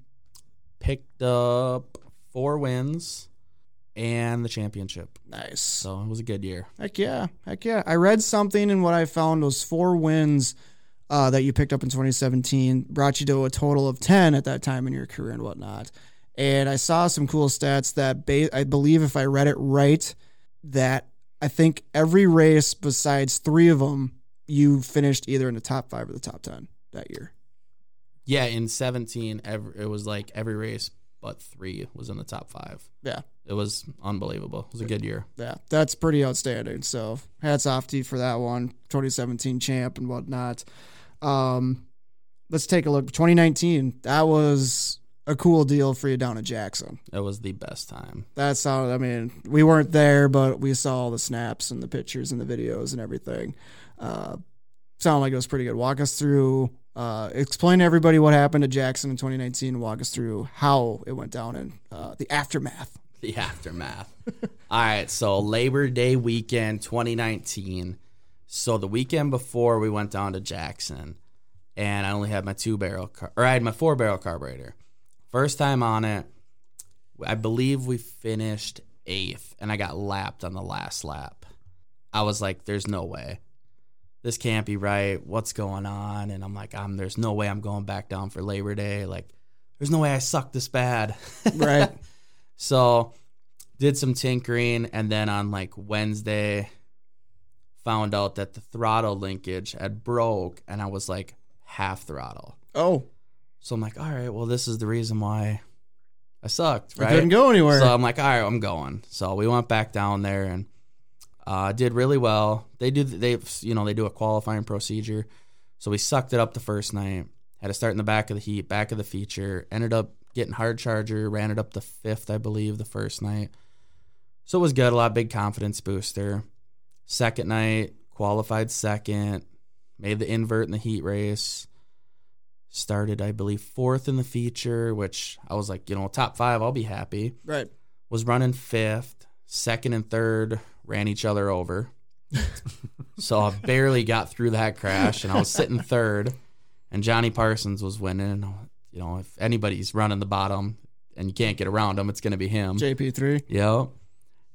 Speaker 6: Picked up four wins and the championship.
Speaker 1: Nice.
Speaker 6: So it was a good year.
Speaker 1: Heck yeah. Heck yeah. I read something, and what I found was four wins uh, that you picked up in 2017 brought you to a total of 10 at that time in your career and whatnot. And I saw some cool stats that ba- I believe, if I read it right, that I think every race besides three of them, you finished either in the top five or the top 10 that year.
Speaker 6: Yeah, in 17, every, it was like every race but three was in the top five.
Speaker 1: Yeah.
Speaker 6: It was unbelievable. It was a good year.
Speaker 1: Yeah, that's pretty outstanding. So hats off to you for that one, 2017 champ and whatnot. Um, let's take a look. 2019, that was a cool deal for you down at Jackson.
Speaker 6: It was the best time.
Speaker 1: That's how. I mean, we weren't there, but we saw all the snaps and the pictures and the videos and everything. Uh, sounded like it was pretty good. Walk us through. Uh, explain to everybody what happened to Jackson in 2019. and Walk us through how it went down and uh, the aftermath. <laughs>
Speaker 6: <laughs> the aftermath. All right, so Labor Day weekend 2019. So the weekend before we went down to Jackson and I only had my two barrel car- or I had my four barrel carburetor. First time on it, I believe we finished 8th and I got lapped on the last lap. I was like there's no way. This can't be right. What's going on? And I'm like, I'm there's no way I'm going back down for Labor Day. Like there's no way I suck this bad. <laughs>
Speaker 1: Right.
Speaker 6: So did some tinkering and then on like Wednesday found out that the throttle linkage had broke and I was like half throttle.
Speaker 1: oh,
Speaker 6: So I'm like, all right, well this is the reason why I sucked,
Speaker 1: I
Speaker 6: right?
Speaker 1: couldn't go anywhere.
Speaker 6: So I'm like, all right, I'm going. So we went back down there and uh, did really well. They do they you know they do a qualifying procedure, so we sucked it up the first night. Had to start in the back of the heat, back of the feature. Ended up getting hard charger. Ran it up the fifth, I believe, the first night. So it was good. A lot big confidence booster. Second night qualified second. Made the invert in the heat race. Started, I believe, fourth in the feature, which I was like, you know, top five, I'll be happy
Speaker 1: right.
Speaker 6: was running fifth, second and third ran each other over. so I barely got through that crash, and I was sitting third, and Johnny Parsons was winning. And, you know, if anybody's running the bottom and you can't get around him, it's going to be him.
Speaker 1: JP3.
Speaker 6: Yep.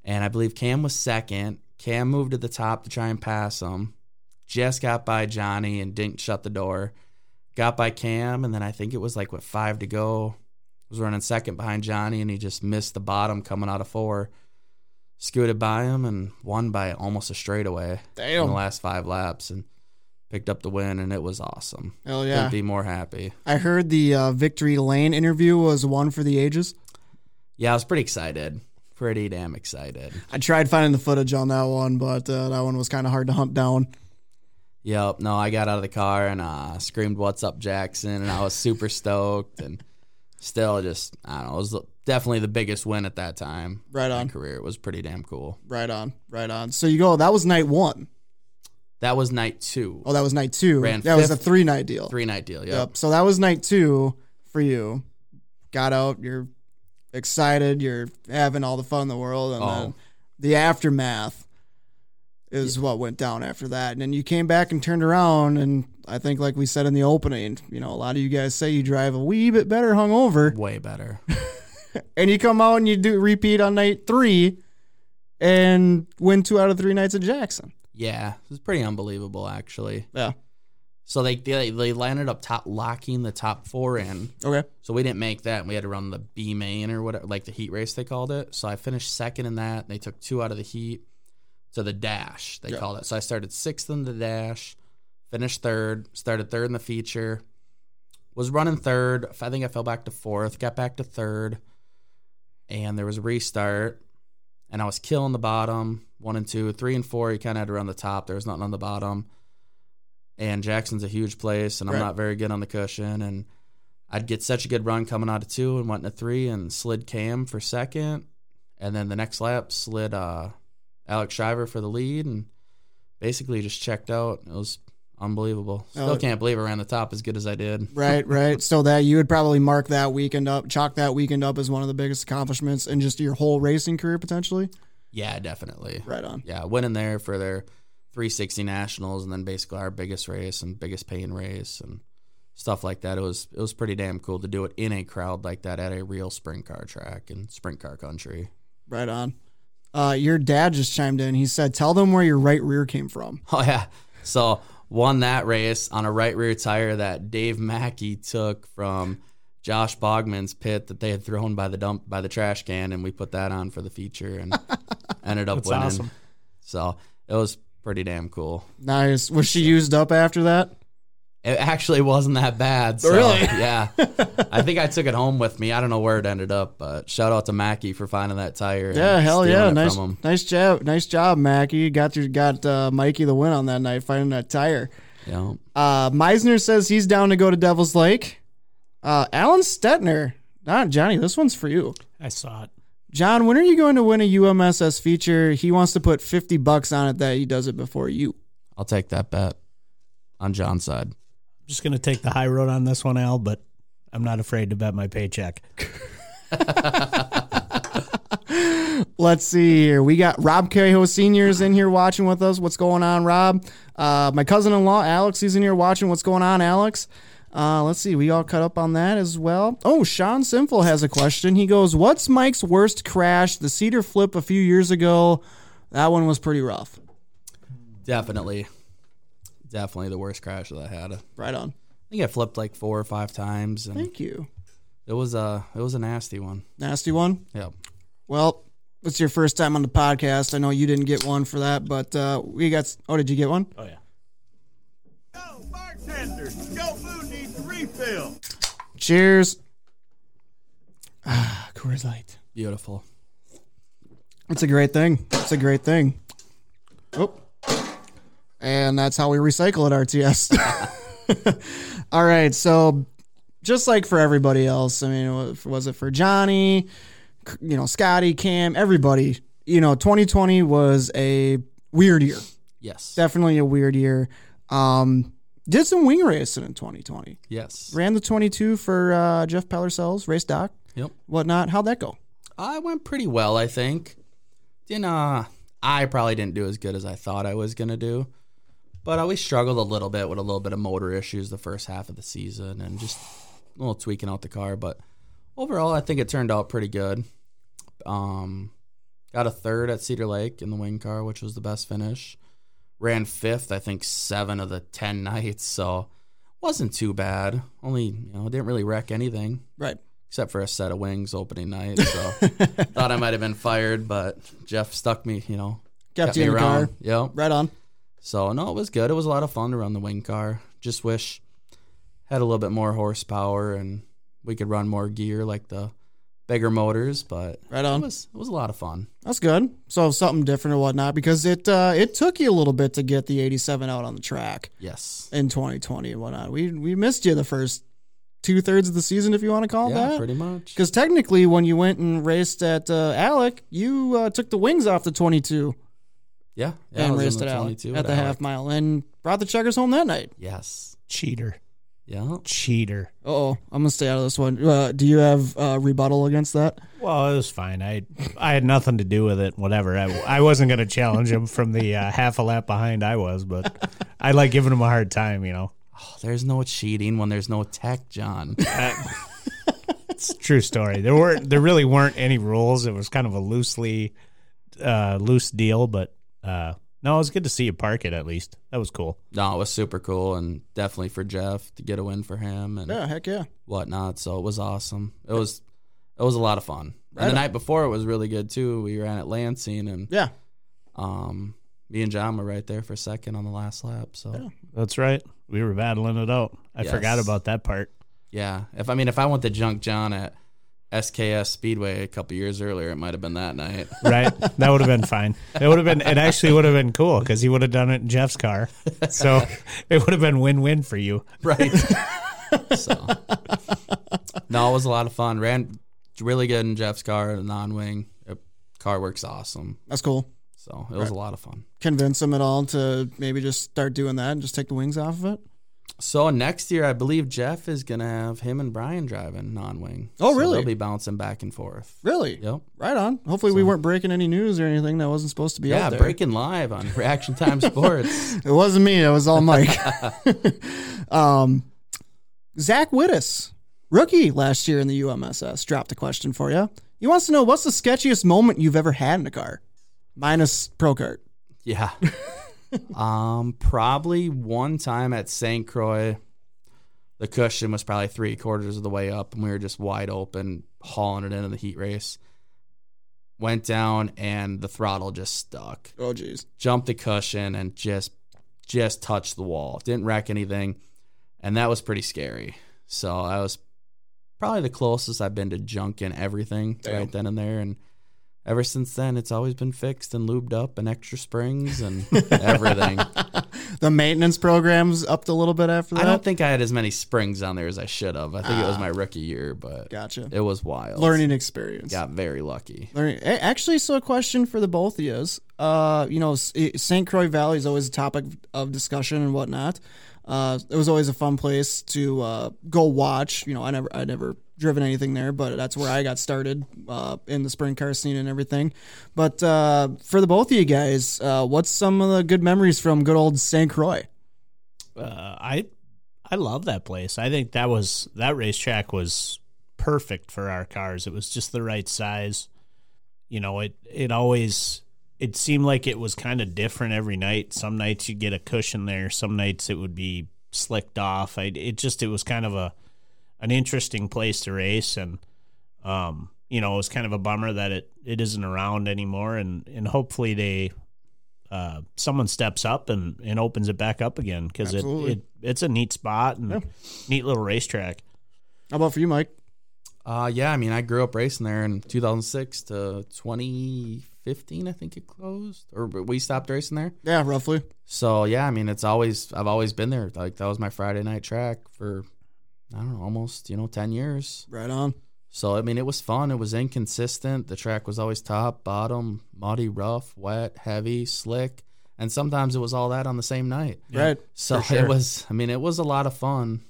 Speaker 6: And I believe Cam was second. Cam moved to the top to try and pass him. Just got by Johnny and didn't shut the door. Got by Cam, and then I think it was like with five to go. Was running second behind Johnny, and he just missed the bottom coming out of four. Scooted by him and won by almost a straightaway in the
Speaker 1: Damn.
Speaker 6: last five laps, and picked up the win, and it was awesome.
Speaker 1: Hell yeah.
Speaker 6: Couldn't be more happy.
Speaker 1: I heard the uh, Victory Lane interview was one for the ages.
Speaker 6: Yeah, I was pretty excited. Pretty damn excited.
Speaker 1: I tried finding the footage on that one, but uh, that one was kind of hard to hunt down.
Speaker 6: Yep. No, I got out of the car and uh, screamed, "What's up, Jackson?" And I was super stoked, and still just I don't know. It was definitely the biggest win at that time.
Speaker 1: Right
Speaker 6: in my
Speaker 1: on.
Speaker 6: career. It was pretty damn cool.
Speaker 1: Right on, right on. So you go. That was night one.
Speaker 6: That was night two,
Speaker 1: Oh, that was night two.
Speaker 6: Ran
Speaker 1: that was a
Speaker 6: fifth.
Speaker 1: three night deal.
Speaker 6: three night deal. Yep.
Speaker 1: Yep. So that was night two for you. Got out. You're excited. You're having all the fun in the world, and
Speaker 6: Oh.
Speaker 1: then the aftermath is what went down after that. And then you came back and turned around, and I think, like we said in the opening, you know, a lot of you guys say you drive a wee bit better hungover,
Speaker 6: Way better.
Speaker 1: and you come out and you do repeat on night three, and win two out of three nights at Jackson.
Speaker 6: yeah, it was pretty unbelievable actually.
Speaker 1: Yeah.
Speaker 6: So they they, they landed up top, locking the top four in.
Speaker 1: Okay.
Speaker 6: So we didn't make that. and We had to run the B main or whatever, like the heat race they called it. So I finished second in that. They took two out of the heat. So the dash they called it. So I started sixth in the dash, finished third, started third in the feature, was running third. I think I fell back to fourth, got back to third, and there was a restart. and I was killing the bottom one and two, three and four. You kind of had to run the top. There was nothing on the bottom. And Jackson's a huge place, and I'm
Speaker 1: Right.
Speaker 6: not very good on the cushion. And I'd get such a good run coming out of two and went into three and slid Cam for second. And then the next lap slid uh, Alex Shriver for the lead and basically just checked out. It was unbelievable. Still
Speaker 1: Oh.
Speaker 6: can't believe I ran the top as good as I did.
Speaker 1: Right, right. So that you would probably mark that weekend up, chalk that weekend up as one of the biggest accomplishments in just your whole racing career potentially.
Speaker 6: Yeah, definitely.
Speaker 1: Right on.
Speaker 6: Yeah, went in there for their 360 nationals, and then basically our biggest race and biggest paying race and stuff like that. It was it was pretty damn cool to do it in a crowd like that at a real sprint car track and sprint car country.
Speaker 1: Right on. Uh, your dad just chimed in. He said, "Tell them where your right rear came from."
Speaker 6: <laughs> Oh yeah, so won that race on a right rear tire that Dave Mackey took from. Josh Bogman's pit that they had thrown by the dump by the trash can, and we put that on for the
Speaker 1: <laughs>
Speaker 6: feature and ended up winning.
Speaker 5: awesome.
Speaker 6: So it was pretty damn cool.
Speaker 1: Nice. Was she used up after that?
Speaker 6: It actually wasn't that bad. So,
Speaker 1: Really? <laughs>
Speaker 6: <laughs> Yeah. I think I took it home with me. I don't know where it ended up, but shout out to Mackey for finding that tire. and
Speaker 1: Yeah, hell
Speaker 6: stealing
Speaker 1: yeah.
Speaker 6: it
Speaker 1: Nice,
Speaker 6: from him.
Speaker 1: nice job, nice job, Mackey. You Got your got uh, Mikey the win on that night, finding that tire.
Speaker 6: Yeah.
Speaker 1: Uh, Meisner says he's down to go to Devil's Lake. Uh, Alan Stetner, not Johnny. This one's for you.
Speaker 5: I saw it.
Speaker 1: John, when are you going to win a UMSS feature? He wants to put 50 bucks on it that he does it before you.
Speaker 6: I'll take that bet on John's side.
Speaker 5: I'm just gonna take the high road on this one, Al. But I'm not afraid to bet my paycheck.
Speaker 1: Let's see here. We got Rob Cahill Sr.'s in here watching with us. What's going on, Rob? Uh, my cousin in law, Alex, he's in here watching. What's going on, Alex? Uh, let's see. We all cut up on that as well. Oh, Sean Sinful has a question. He goes, What's Mike's worst crash? The cedar flip a few years ago. That one was pretty rough.
Speaker 6: Definitely. Definitely the worst crash that I had. I
Speaker 1: Right on.
Speaker 6: think I flipped like four or five times and
Speaker 1: Thank you.
Speaker 6: it was a it was a nasty one.
Speaker 1: Nasty one.
Speaker 6: Yeah.
Speaker 1: Well, it's your first time on the podcast. I know you didn't get one for that, but uh, we got. Oh, did you get one?
Speaker 5: Oh yeah.
Speaker 2: Yo, bartender, your food needs refill.
Speaker 1: Cheers. Ah, Coors Light.
Speaker 6: Beautiful.
Speaker 1: It's a great thing. It's a great thing. Oh. And that's how we recycle at RTS. <laughs> All right. So, just like for everybody else, I mean, wa- was it for Johnny, c- you know, Scotty, Cam, everybody? You know, 2020 was a weird year.
Speaker 6: Yes.
Speaker 1: Definitely a weird year. Um, did some wing racing in 2020.
Speaker 6: Yes.
Speaker 1: Ran the 22 for uh, Jeff Pellercells, race doc,
Speaker 6: Yep.
Speaker 1: whatnot. How'd that go?
Speaker 6: I Uh, went pretty well, I think. Didn't uh, I probably didn't do as good as I thought I was gonna do, but I always struggled a little bit with a little bit of motor issues the first half of the season and just a little tweaking out the car. But overall, I think it turned out pretty good. Um, got a third at Cedar Lake in the wing car, which was the best finish. Ran fifth, I think, seven of the ten <laughs> nights, so wasn't too bad. Only you know, didn't really wreck anything
Speaker 1: Right.
Speaker 6: except for a set of wings opening
Speaker 1: <laughs>
Speaker 6: night. So thought I might have been fired, but Jeff stuck me, you know,
Speaker 1: Kept, you in the
Speaker 6: around.
Speaker 1: car.
Speaker 6: Yep.
Speaker 1: Right on.
Speaker 6: So no, it was good. It was a lot of fun to run the wing car. Just wish had a little bit more horsepower and we could run more gear like the bigger motors, but
Speaker 1: Right
Speaker 6: it
Speaker 1: on.
Speaker 6: was it was a lot of fun.
Speaker 1: That's good. So something different or whatnot because it uh, it took you a little bit to get the 87 out on the track
Speaker 6: Yes.
Speaker 1: in 2020 and whatnot. We we missed you the first two thirds of the season, if you want to call
Speaker 6: yeah,
Speaker 1: that.
Speaker 6: pretty much.
Speaker 1: Because technically, when you went and raced at uh, Alec, you uh, took the wings off the 22
Speaker 6: Yeah. yeah I
Speaker 1: and
Speaker 6: was in
Speaker 1: raced
Speaker 6: the
Speaker 1: at Alec
Speaker 6: 22
Speaker 1: at the
Speaker 6: Alec.
Speaker 1: half mile and brought the checkers home that night.
Speaker 6: Yes.
Speaker 5: Cheater.
Speaker 6: Yeah.
Speaker 5: Cheater.
Speaker 1: Oh, I'm gonna stay out of this one. Uh, do you have uh, rebuttal against that?
Speaker 5: Well, it was fine. I I had nothing to do with it. Whatever. I, I wasn't going to challenge him from the uh, half a lap behind I was, but I like giving him a hard time. You know,
Speaker 6: There's no cheating when there's no
Speaker 1: <laughs>
Speaker 6: tech, John.
Speaker 5: it's a true story. There weren't there really weren't any rules. It was kind of a loosely uh, loose deal, but uh, no, it was good to see you park it at least. That was cool.
Speaker 6: no, it was super cool and definitely for Jeff to get a win for him and
Speaker 1: Yeah, heck yeah.
Speaker 6: whatnot. So it was awesome. It was it was a lot of fun. and the night before it was really good too. We ran at Lansing and
Speaker 1: Yeah,
Speaker 6: um me and John were right there for second on the last lap. So yeah.
Speaker 5: That's right. We were battling it out. I
Speaker 6: Yes.
Speaker 5: forgot about that part.
Speaker 6: If I mean if I want to junk John at SKS Speedway a couple years earlier. It might have been that night.
Speaker 5: right? That would have been fine. It would have been. It actually would have been cool because he would have done it in Jeff's car. So it would have been win-win for you.
Speaker 6: <laughs> right. <laughs> so, no, it was a lot of fun. Ran really good in Jeff's car, the non wing. Car works awesome.
Speaker 1: That's cool.
Speaker 6: So it was a lot of fun.
Speaker 1: Convince him at all to maybe just start doing that and just take the wings off of it.
Speaker 6: So next year, I believe Jeff is going to have him and Brian driving non wing.
Speaker 1: Oh, really?
Speaker 6: they'll be bouncing back and forth.
Speaker 1: Really?
Speaker 6: Yep.
Speaker 1: Right on. Hopefully we weren't breaking any news or anything that wasn't supposed to be
Speaker 6: Yeah,
Speaker 1: out there.
Speaker 6: breaking live on Reaction
Speaker 1: <laughs>
Speaker 6: Time Sports.
Speaker 1: It wasn't me. It was all
Speaker 6: <laughs>
Speaker 1: Mike. <laughs> um, Zach Wittes, rookie last year in the UMSS, dropped a question for you. He wants to know what's the sketchiest moment you've ever had in a car, minus pro kart.
Speaker 6: Yeah. um, probably one time at St. Croix, the cushion was probably three quarters of the way up, and we were just wide open, hauling it into the heat race. Went down, and the throttle just stuck.
Speaker 1: Oh, jeez.
Speaker 6: Jumped the cushion and just just touched the wall. Didn't wreck anything, and that was pretty scary. So I was probably the closest I've been to junking everything right then and there, and ever since then, it's always been fixed and lubed up and extra
Speaker 1: <laughs>
Speaker 6: springs and everything.
Speaker 1: The maintenance program's upped a little bit after that.
Speaker 6: I don't think I had as many springs on there as I should have. I think it was my rookie year, but
Speaker 1: Ah. Gotcha.
Speaker 6: it was wild.
Speaker 1: Learning experience.
Speaker 6: Got very lucky.
Speaker 1: Learning. eh, Actually, so a question for the both of you. Uh, you know, S- eh, St. Croix Valley is always a topic of discussion and whatnot. Uh, it was always a fun place to uh, go watch. You know, I never, I never driven anything there, but that's where I got started uh, in the sprint car scene and everything. But uh, for the both of you guys, uh, what's some of the good memories from good old St. Croix?
Speaker 5: Uh, I I love that place. I think that was that racetrack was perfect for our cars. It was just the right size. You know, it it always it seemed like it was kind of different every night. Some nights you'd get a cushion there, some nights it would be slicked off. I it just it was kind of a an interesting place to race and um you know, it was kind of a bummer that it, it isn't around anymore and and hopefully they uh, someone steps up and, and opens it back up again because it,
Speaker 1: Absolutely.
Speaker 5: it it's a neat spot and neat little racetrack.
Speaker 1: How about for you, Mike?
Speaker 6: Uh, yeah, I mean, I grew up racing there in 2006 to 2015, I think it closed, or we stopped racing there.
Speaker 1: Yeah, roughly.
Speaker 6: So, yeah, I mean, it's always, I've always been there. Like, that was my Friday night track for, I don't know, almost, you know, 10 years.
Speaker 1: Right on.
Speaker 6: So, I mean, it was fun. It was inconsistent. The track was always top, bottom, muddy, rough, wet, heavy, slick. And sometimes it was all that on the same night.
Speaker 1: Right.
Speaker 6: So it was, I mean, it was a lot of fun.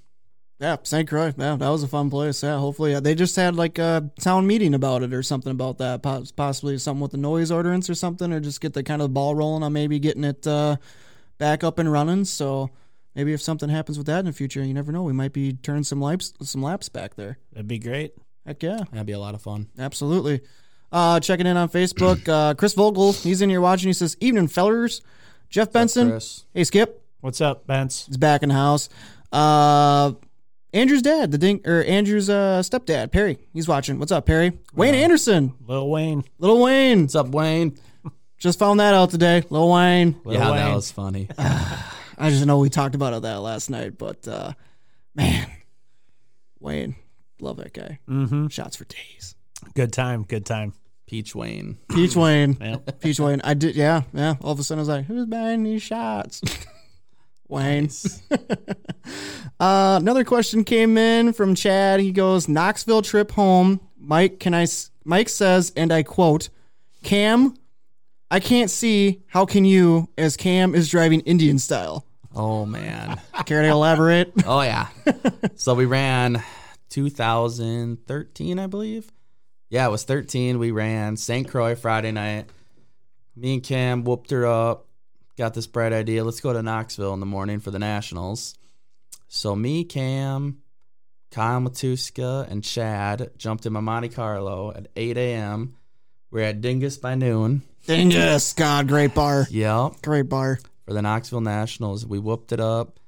Speaker 1: Yeah, St. Croix. Yeah, that was a fun place. Yeah, hopefully they just had like a town meeting about it or something about that. Pos- Possibly something with the noise ordinance or something, or just get the kind of ball rolling on maybe getting it uh, back up and running. So maybe if something happens with that in the future, you never know. We might be turning some laps some laps back there.
Speaker 5: That'd be great.
Speaker 1: Heck yeah.
Speaker 6: That'd be a lot of fun.
Speaker 1: Absolutely. Uh, checking in on Facebook, uh, Chris Vogel, he's in here watching. He says, "Evening, fellers. Jeff Benson.
Speaker 6: Chris.
Speaker 1: Hey, Skip.
Speaker 5: What's up, Bence?
Speaker 1: It's back in the house. Uh, Andrew's dad, the ding, or Andrew's uh, stepdad, Perry. He's watching. What's up, Perry? Wayne Anderson,
Speaker 5: Lil Wayne.
Speaker 1: Little Wayne.
Speaker 6: What's up, Wayne?
Speaker 1: Just found that out today. Lil Wayne.
Speaker 5: Lil
Speaker 6: yeah,
Speaker 5: Wayne.
Speaker 6: that was funny.
Speaker 1: I just know we talked about that last night, but uh, man, Wayne, love that guy. Mm-hmm. Shots for days.
Speaker 5: good time. Good time.
Speaker 6: Peach Wayne.
Speaker 1: Peach
Speaker 6: <laughs>
Speaker 1: Wayne.
Speaker 5: Yep.
Speaker 1: Peach Wayne. I did. Yeah, yeah. All of a sudden, I was like, who's buying these shots? <laughs> Wayne. <laughs> Uh, another question came in from Chad. He goes, Knoxville trip home. Mike, can I? s- Mike says, and I quote, Cam, I can't see. How can you? As Cam is driving Indian style.
Speaker 6: Oh, man.
Speaker 1: Care to elaborate?
Speaker 6: <laughs> Oh, yeah. so we ran 2013, I believe. Yeah, it was 13. We ran St. Croix Friday night. Me and Cam whooped her up. Got this bright idea. Let's go to Knoxville in the morning for the Nationals. So me, Cam, Kyle Matuska, and Chad jumped in my Monte Carlo at 8 a.m. We're at Dingus by noon.
Speaker 1: Dingus. God, great bar.
Speaker 6: Yep
Speaker 1: Great bar.
Speaker 6: for the Knoxville Nationals. We whooped it up,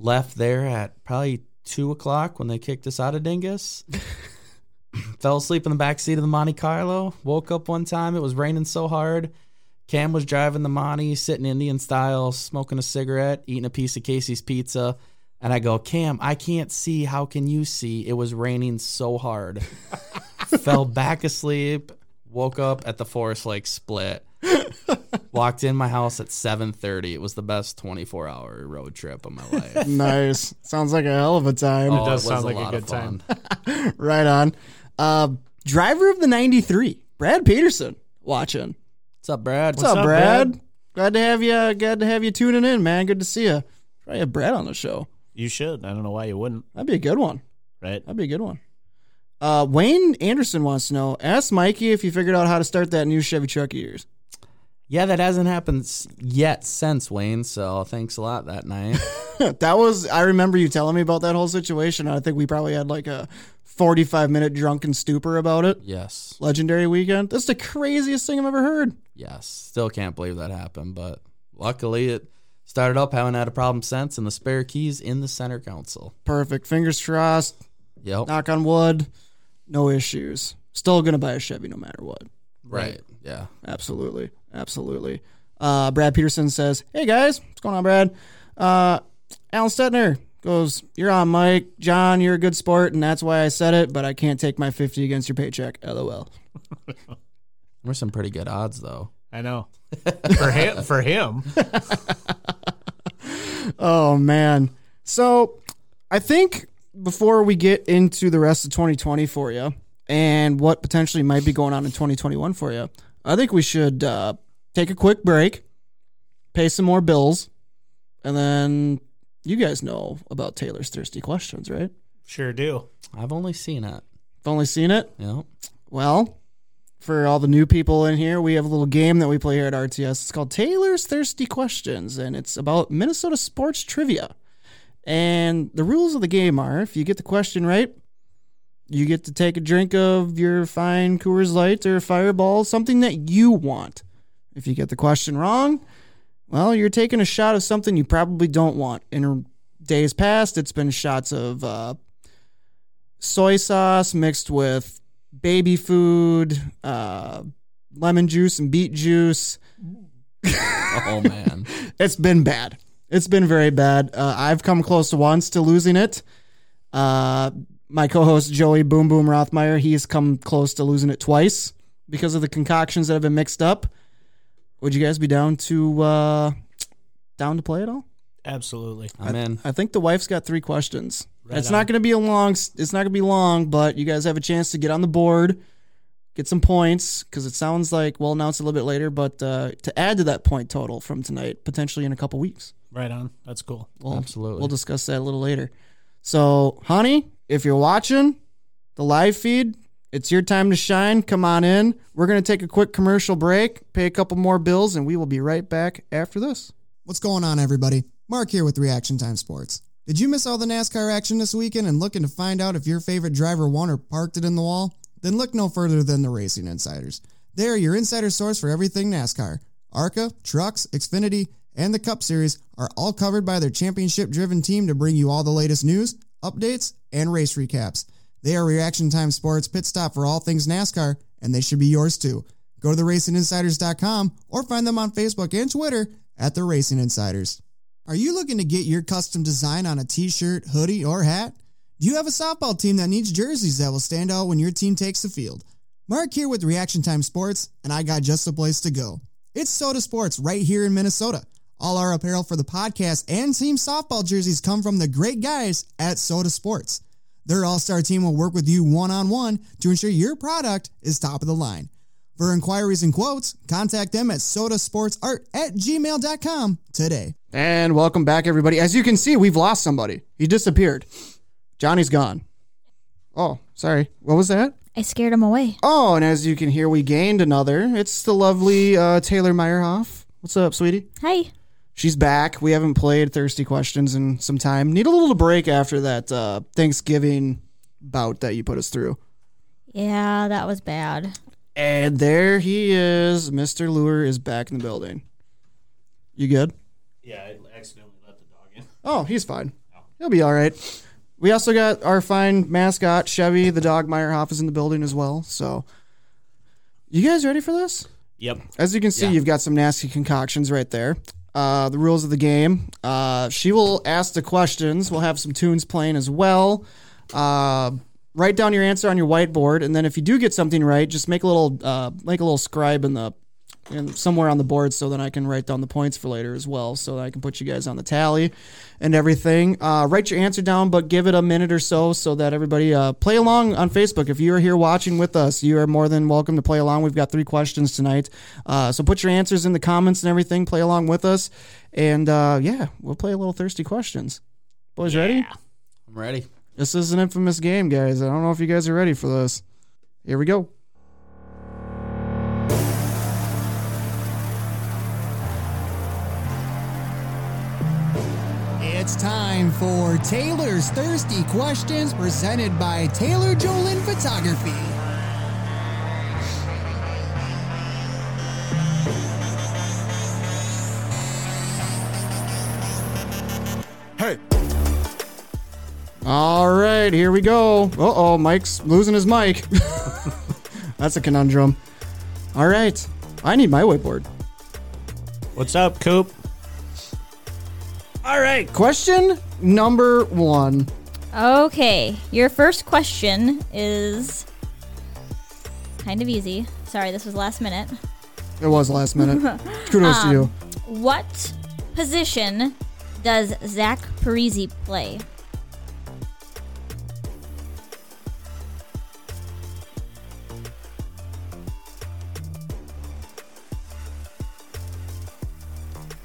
Speaker 6: left there at probably two o'clock when they kicked us out of Dingus. Fell asleep in the back seat of the Monte Carlo. Woke up one time, it was raining so hard. Cam was driving the Monte, sitting Indian style, smoking a cigarette, eating a piece of Casey's pizza. And I go, Cam, I can't see. How can you see? It was raining so hard. fell back asleep, woke up at the Forest Lake split, walked in my house at 7.30. It was the best 24-hour road trip of my
Speaker 1: <laughs>
Speaker 6: life.
Speaker 1: nice. Sounds like a hell of a time.
Speaker 6: Oh,
Speaker 5: does
Speaker 6: was
Speaker 5: sound like a
Speaker 6: lot
Speaker 5: good
Speaker 6: of
Speaker 5: time.
Speaker 6: fun.
Speaker 1: Right on. Uh, driver of the 93, Brad Peterson, watching.
Speaker 6: What's up, Brad?
Speaker 1: What's, up,
Speaker 5: up,
Speaker 1: Brad? Glad to have you. Glad to have you tuning in, man. Good to see you. Try have Brad on the show.
Speaker 5: You should. I don't know why you wouldn't.
Speaker 1: That'd be a good one.
Speaker 5: Right?
Speaker 1: That'd be a good one. Uh, Wayne Anderson wants to know: Ask Mikey if you figured out how to start that new Chevy truck of yours.
Speaker 6: Yeah, that hasn't happened s- yet since, Wayne, so thanks a lot that night.
Speaker 1: <laughs> that was I remember you telling me about that whole situation. I think we probably had like a forty-five minute drunken stupor about it.
Speaker 6: yes,
Speaker 1: Legendary weekend. That's the craziest thing I've ever heard.
Speaker 6: yes. Still can't believe that happened, but luckily it started up, haven't had a problem since, and the spare keys in the center console.
Speaker 1: Perfect. Fingers crossed.
Speaker 6: Yep,
Speaker 1: Knock on wood. No issues. Still gonna buy a Chevy no matter what.
Speaker 6: right, yeah.
Speaker 1: Absolutely. Absolutely. Uh, Brad Peterson says, Hey guys, what's going on, Brad? Uh, Alan Stetner goes, You're on, Mike. John, you're a good sport, and that's why I said it, but I can't take my 50 against your paycheck. LOL.
Speaker 6: We're some pretty good odds, though.
Speaker 5: I know. <laughs> for him, for him,
Speaker 1: Oh, man. So I think before we get into the rest of 2020 for you and what potentially might be going on in 2021 for you, I think we should uh, take a quick break, pay some more bills, and then you guys know about Taylor's thirsty questions, right?
Speaker 5: sure do.
Speaker 6: I've only seen it.
Speaker 1: I've only seen it.
Speaker 6: Yep.
Speaker 1: Well, for all the new people in here, we have a little game that we play here at RTS. It's called Taylor's Thirsty Questions, and it's about Minnesota sports trivia. And the rules of the game are if you get the question right, you get to take a drink of your fine Coors Light or Fireball, something that you want. If you get the question wrong, well, you're taking a shot of something you probably don't want. In days past, it's been shots of uh, soy sauce mixed with baby food, uh, lemon juice, and beet juice.
Speaker 6: Oh
Speaker 1: <laughs>
Speaker 6: man.
Speaker 1: It's been bad. It's been very bad. Uh, I've come close to once to losing it. Uh, my co-host Joey Boom Boom Rothmeyer, he's come close to losing it twice because of the concoctions that have been mixed up. Would you guys be down to uh, down to play at all?
Speaker 5: Absolutely.
Speaker 6: I'm in.
Speaker 1: I think the wife's got three questions. it's not going to be a long. It's not going to be long, but you guys have a chance to get on the board, get some points, because it sounds like we'll announce a little bit later. But uh, to add to that point total from tonight, potentially in a couple weeks,
Speaker 5: Right on. That's cool.
Speaker 1: we'll,
Speaker 6: Absolutely.
Speaker 1: we'll discuss that a little later. So, honey, if you're watching the live feed, it's your time to shine. Come on in. We're going to take a quick commercial break, pay a couple more bills, and we will be right back after this.
Speaker 4: What's going on, everybody? Mark here with Reaction Time Sports. Did you miss all the NASCAR action this weekend and looking to find out if your favorite driver won or parked it in the wall? Then look no further than the Racing Insiders. They are your insider source for everything NASCAR. ARCA, Trucks, Xfinity, and the Cup Series are all covered by their championship driven team to bring you all the latest news, updates, and race recaps. They are Reaction Time Sports pit stop for all things NASCAR, and they should be yours too. Go to theracinginsiders.com or find them on Facebook and Twitter at The Racing Insiders. Are you looking to get your custom design on a t shirt, hoodie, or hat? Do you have a softball team that needs jerseys that will stand out when your team takes the field? Mark here with Reaction Time Sports, and I got just the place to go. It's Soda Sports right here in Minnesota. All our apparel for the podcast and team softball jerseys come from the great guys at Soda Sports. Their all star team will work with you one on one to ensure your product is top of the line. For inquiries and quotes, contact them at sodasportsart at gmail.com today.
Speaker 1: And welcome back, everybody. As you can see, we've lost somebody. He disappeared. Johnny's gone. Oh, sorry. What was that?
Speaker 8: I scared him away.
Speaker 1: Oh, and as you can hear, we gained another. It's the lovely uh, Taylor Meyerhoff. What's up, sweetie?
Speaker 8: Hi.
Speaker 1: She's back. We haven't played Thirsty Questions in some time. Need a little break after that uh, Thanksgiving bout that you put us through.
Speaker 8: Yeah, that was bad.
Speaker 1: And there he is. Mr. Lure is back in the building. You good?
Speaker 5: Yeah, I accidentally let the dog in.
Speaker 1: Oh, he's fine. He'll be all right. We also got our fine mascot Chevy the dog Meyerhoff is in the building as well. So, you guys ready for this?
Speaker 5: Yep.
Speaker 1: As you can see, you've got some nasty concoctions right there. Uh, the rules of the game. Uh, she will ask the questions. We'll have some tunes playing as well. Uh, write down your answer on your whiteboard, and then if you do get something right, just make a little uh, make a little scribe in the in somewhere on the board, so then I can write down the points for later as well, so that I can put you guys on the tally and everything. Uh, write your answer down, but give it a minute or so, so that everybody uh, play along on Facebook. If you are here watching with us, you are more than welcome to play along. We've got three questions tonight, uh, so put your answers in the comments and everything. Play along with us, and uh, yeah, we'll play a little thirsty questions. Boys, ready?
Speaker 6: I'm ready.
Speaker 1: This is an infamous game, guys. I don't know if you guys are ready for this. Here we go.
Speaker 4: It's time for Taylor's Thirsty Questions presented by Taylor Jolin Photography.
Speaker 1: All right, here we go. Uh oh, Mike's losing his mic. <laughs> That's a conundrum. All right, I need my whiteboard.
Speaker 5: What's up, Coop? All right.
Speaker 1: Question number one.
Speaker 8: Okay, your first question is kind of easy. Sorry, this was last minute.
Speaker 1: It was last minute.
Speaker 4: <laughs>
Speaker 1: Kudos to you.
Speaker 8: What position does Zach Parisi play?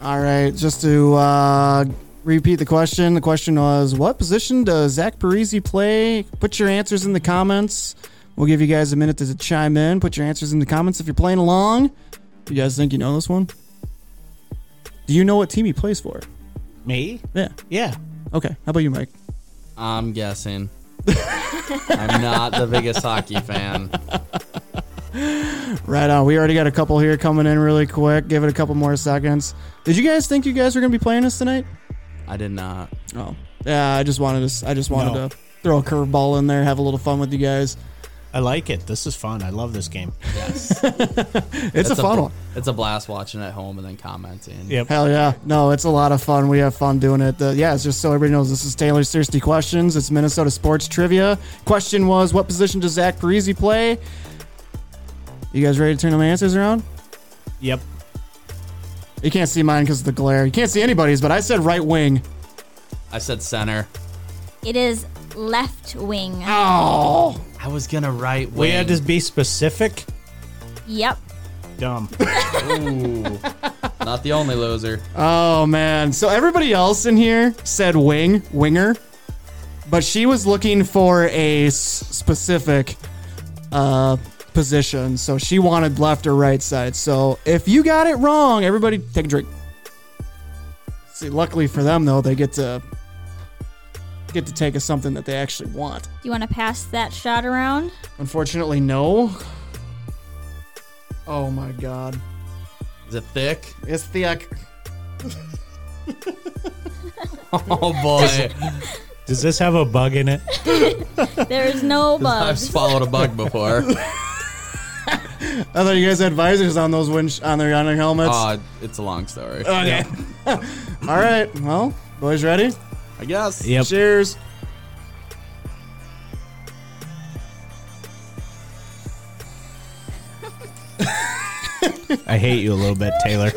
Speaker 1: All right, just to uh, repeat the question. The question was, what position does Zach Parisi play? Put your answers in the comments. We'll give you guys a minute to chime in. Put your answers in the comments if you're playing along. You guys think you know this one? Do you know what team he plays for?
Speaker 5: Me?
Speaker 1: Yeah.
Speaker 5: Yeah.
Speaker 1: Okay. How about you, Mike?
Speaker 6: I'm guessing. I'm not the biggest hockey fan.
Speaker 1: Right on. We already got a couple here coming in really quick. Give it a couple more seconds. Did you guys think you guys were going to be playing us tonight?
Speaker 6: I did not.
Speaker 1: Oh, yeah. I just wanted to. I just wanted
Speaker 5: No.
Speaker 1: to throw a curveball in there, have a little fun with you guys.
Speaker 5: I like it. This is fun. I love this game.
Speaker 1: It's a fun
Speaker 6: bl-
Speaker 1: one.
Speaker 6: It's a blast watching at home and then commenting.
Speaker 5: Yep.
Speaker 1: Hell yeah. No, it's a lot of fun. We have fun doing it. The, yeah, it's just so everybody knows this is Taylor's Thirsty Questions. It's Minnesota sports trivia. Question was what position does Zach Parisi play? You guys ready to turn them answers around?
Speaker 5: Yep.
Speaker 1: You can't see mine because of the glare. You can't see anybody's, but I said right wing.
Speaker 6: I said center.
Speaker 8: It is left wing.
Speaker 1: Oh.
Speaker 6: I was gonna write.
Speaker 5: We
Speaker 6: Wing.
Speaker 5: had to be specific.
Speaker 8: Yep.
Speaker 5: Dumb.
Speaker 6: Ooh. not the only loser.
Speaker 1: Oh man. So everybody else in here said wing, winger, but she was looking for a s- specific uh position. So she wanted left or right side. So if you got it wrong, everybody take a drink. See, luckily for them though, they get to get to take us something that they actually want.
Speaker 8: Do you want to pass that shot around?
Speaker 1: Unfortunately, no. Oh my god.
Speaker 6: Is it thick?
Speaker 1: It's thick.
Speaker 6: Oh boy.
Speaker 5: Does this have a bug in it?
Speaker 8: There is no
Speaker 6: I've
Speaker 8: bugs.
Speaker 6: swallowed a bug before.
Speaker 1: <laughs> I thought you guys had visors on those wind on their on their helmets.
Speaker 6: Uh, it's a long story.
Speaker 5: Oh,
Speaker 1: Okay. All right. Well, boys, ready?
Speaker 6: I guess.
Speaker 5: Yep.
Speaker 1: Cheers.
Speaker 5: I hate you a little bit, Taylor.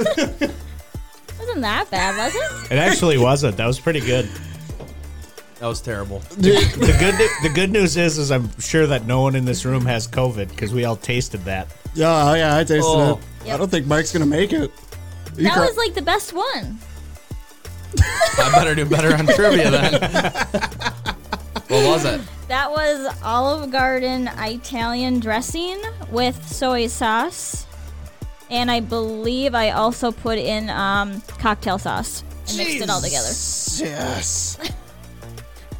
Speaker 8: Wasn't that bad, was it?
Speaker 5: It actually wasn't. That was pretty good.
Speaker 6: That was terrible.
Speaker 5: The good the good news is is I'm sure that no one in this room has COVID because we all tasted that.
Speaker 1: Yeah, oh, yeah, I tasted
Speaker 6: Oh.
Speaker 1: it. I don't think Mike's gonna make it. You
Speaker 8: That
Speaker 1: cro-
Speaker 8: was like the best one.
Speaker 6: I better do better on
Speaker 1: <laughs>
Speaker 6: trivia then. what was it?
Speaker 8: That was Olive Garden Italian dressing with soy sauce. And I believe I also put in um, cocktail sauce and mixed it all together.
Speaker 1: yes.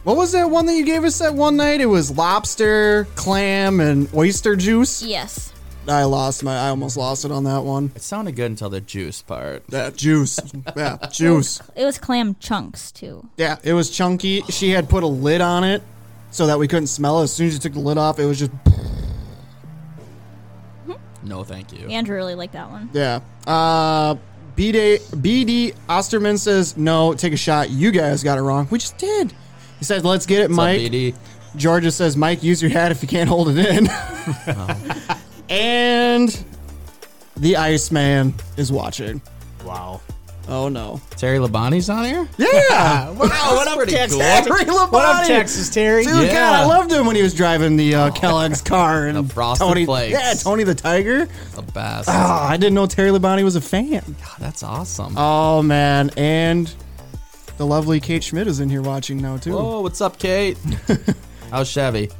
Speaker 1: What was that one that you gave us that one night? It was lobster, clam, and oyster juice.
Speaker 8: Yes.
Speaker 1: I lost my. I almost lost it on that one.
Speaker 6: It sounded good until the juice part.
Speaker 1: That juice. yeah, juice.
Speaker 8: It was clam chunks, too.
Speaker 1: Yeah, it was chunky. She had put a lid on it so that we couldn't smell it. As soon as you took the lid off, it was just
Speaker 6: No, thank you.
Speaker 8: Andrew really liked that one.
Speaker 1: Yeah. Uh, BD, BD Osterman says, no, take a shot. You guys got it wrong. We just did. He said, let's get it,
Speaker 6: What's up,
Speaker 1: Mike.
Speaker 6: BD?
Speaker 4: Georgia says, Mike, use your hat if you can't hold it
Speaker 6: <laughs>
Speaker 4: in. and the Iceman is watching.
Speaker 5: Wow.
Speaker 4: Oh, no.
Speaker 6: Terry Labonte's on here.
Speaker 4: Yeah.
Speaker 6: Wow, what up, Texas?
Speaker 4: Terry Labonte.
Speaker 5: What up, Texas Terry?
Speaker 4: Dude,
Speaker 6: Yeah.
Speaker 4: God, I loved him when he was driving the uh, Kellogg's car and
Speaker 6: The Frosted
Speaker 4: um, Tony.
Speaker 6: Flakes.
Speaker 4: Yeah, Tony the Tiger.
Speaker 6: The best.
Speaker 1: Ah.
Speaker 4: Oh, I didn't know Terry Labonte was a fan.
Speaker 6: Ah, That's awesome.
Speaker 4: Oh man, and the lovely Kate Schmidt is in here watching now too.
Speaker 6: Oh, what's up, Kate? How's Chevy?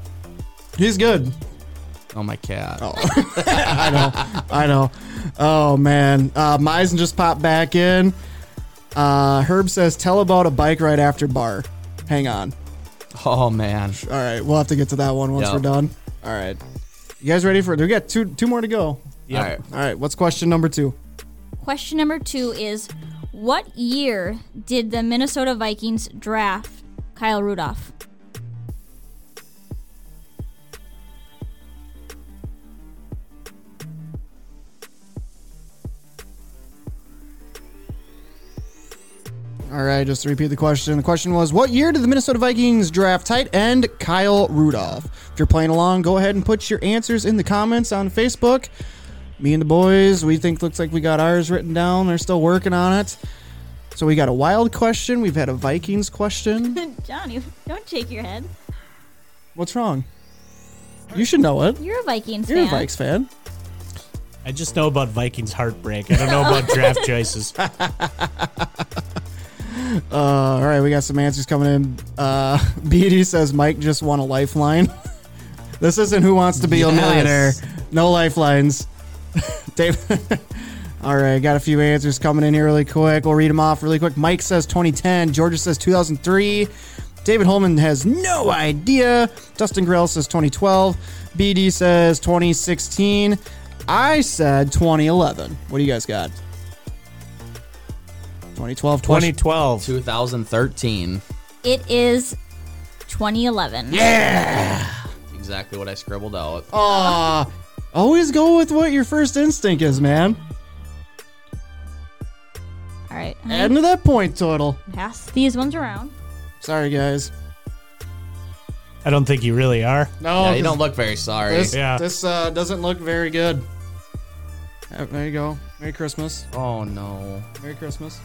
Speaker 4: He's good.
Speaker 6: Oh, my cat.
Speaker 4: I know. Oh man, uh, Meisen just popped back in. Uh, Herb says, "Tell about a bike ride after bar." Hang on.
Speaker 6: Oh, man.
Speaker 4: All right, we'll have to get to that one once
Speaker 6: Yeah.
Speaker 4: we're done. All right, you guys ready for? it? We got two two more to go.
Speaker 6: All right.
Speaker 4: All right, what's question number two?
Speaker 8: Question number two is What year did the Minnesota Vikings draft
Speaker 4: <laughs>
Speaker 8: Kyle Rudolph?
Speaker 4: All right, just to repeat the question. The question was, what year did the Minnesota Vikings draft tight end Kyle Rudolph? If you're playing along, go ahead and put your answers in the comments on Facebook. Me and the boys, we think looks like we got ours written down. They're still working on it. So we got a wild question. We've had a Vikings question.
Speaker 8: Johnny, don't shake your head.
Speaker 4: What's wrong? You should know it.
Speaker 8: You're a Vikings
Speaker 4: You're a
Speaker 8: fan.
Speaker 4: Vikes fan.
Speaker 5: I just know about Vikings heartbreak. I don't know <laughs> about draft choices.
Speaker 4: Uh, all right, we got some answers coming in. Uh, <laughs> Beauty says Mike just won a lifeline. <laughs> this isn't Who Wants to Be a
Speaker 6: Yes.
Speaker 4: Millionaire. No lifelines. <laughs> Dave. <laughs> all right, got a few answers coming in here really quick. We'll read them off really quick. Mike says 2010. Georgia says 2003. David Holman has no idea. Dustin Grell says 2012. BD says 2016. I said 2011. What do you guys got? 2012, 20,
Speaker 5: 2012.
Speaker 6: 2013.
Speaker 8: It is 2011.
Speaker 6: Exactly what I scribbled out.
Speaker 4: Always go with what your first instinct is, man.
Speaker 8: All right.
Speaker 4: Add to that point total.
Speaker 8: Pass these ones around.
Speaker 4: Sorry, guys.
Speaker 5: I don't think you really are.
Speaker 4: No,
Speaker 6: yeah, you
Speaker 4: 'cause
Speaker 6: don't look very sorry.
Speaker 4: This,
Speaker 5: Yeah.
Speaker 4: this uh, doesn't look very good. Uh, There you go. Merry Christmas.
Speaker 6: Oh, no.
Speaker 4: Merry Christmas.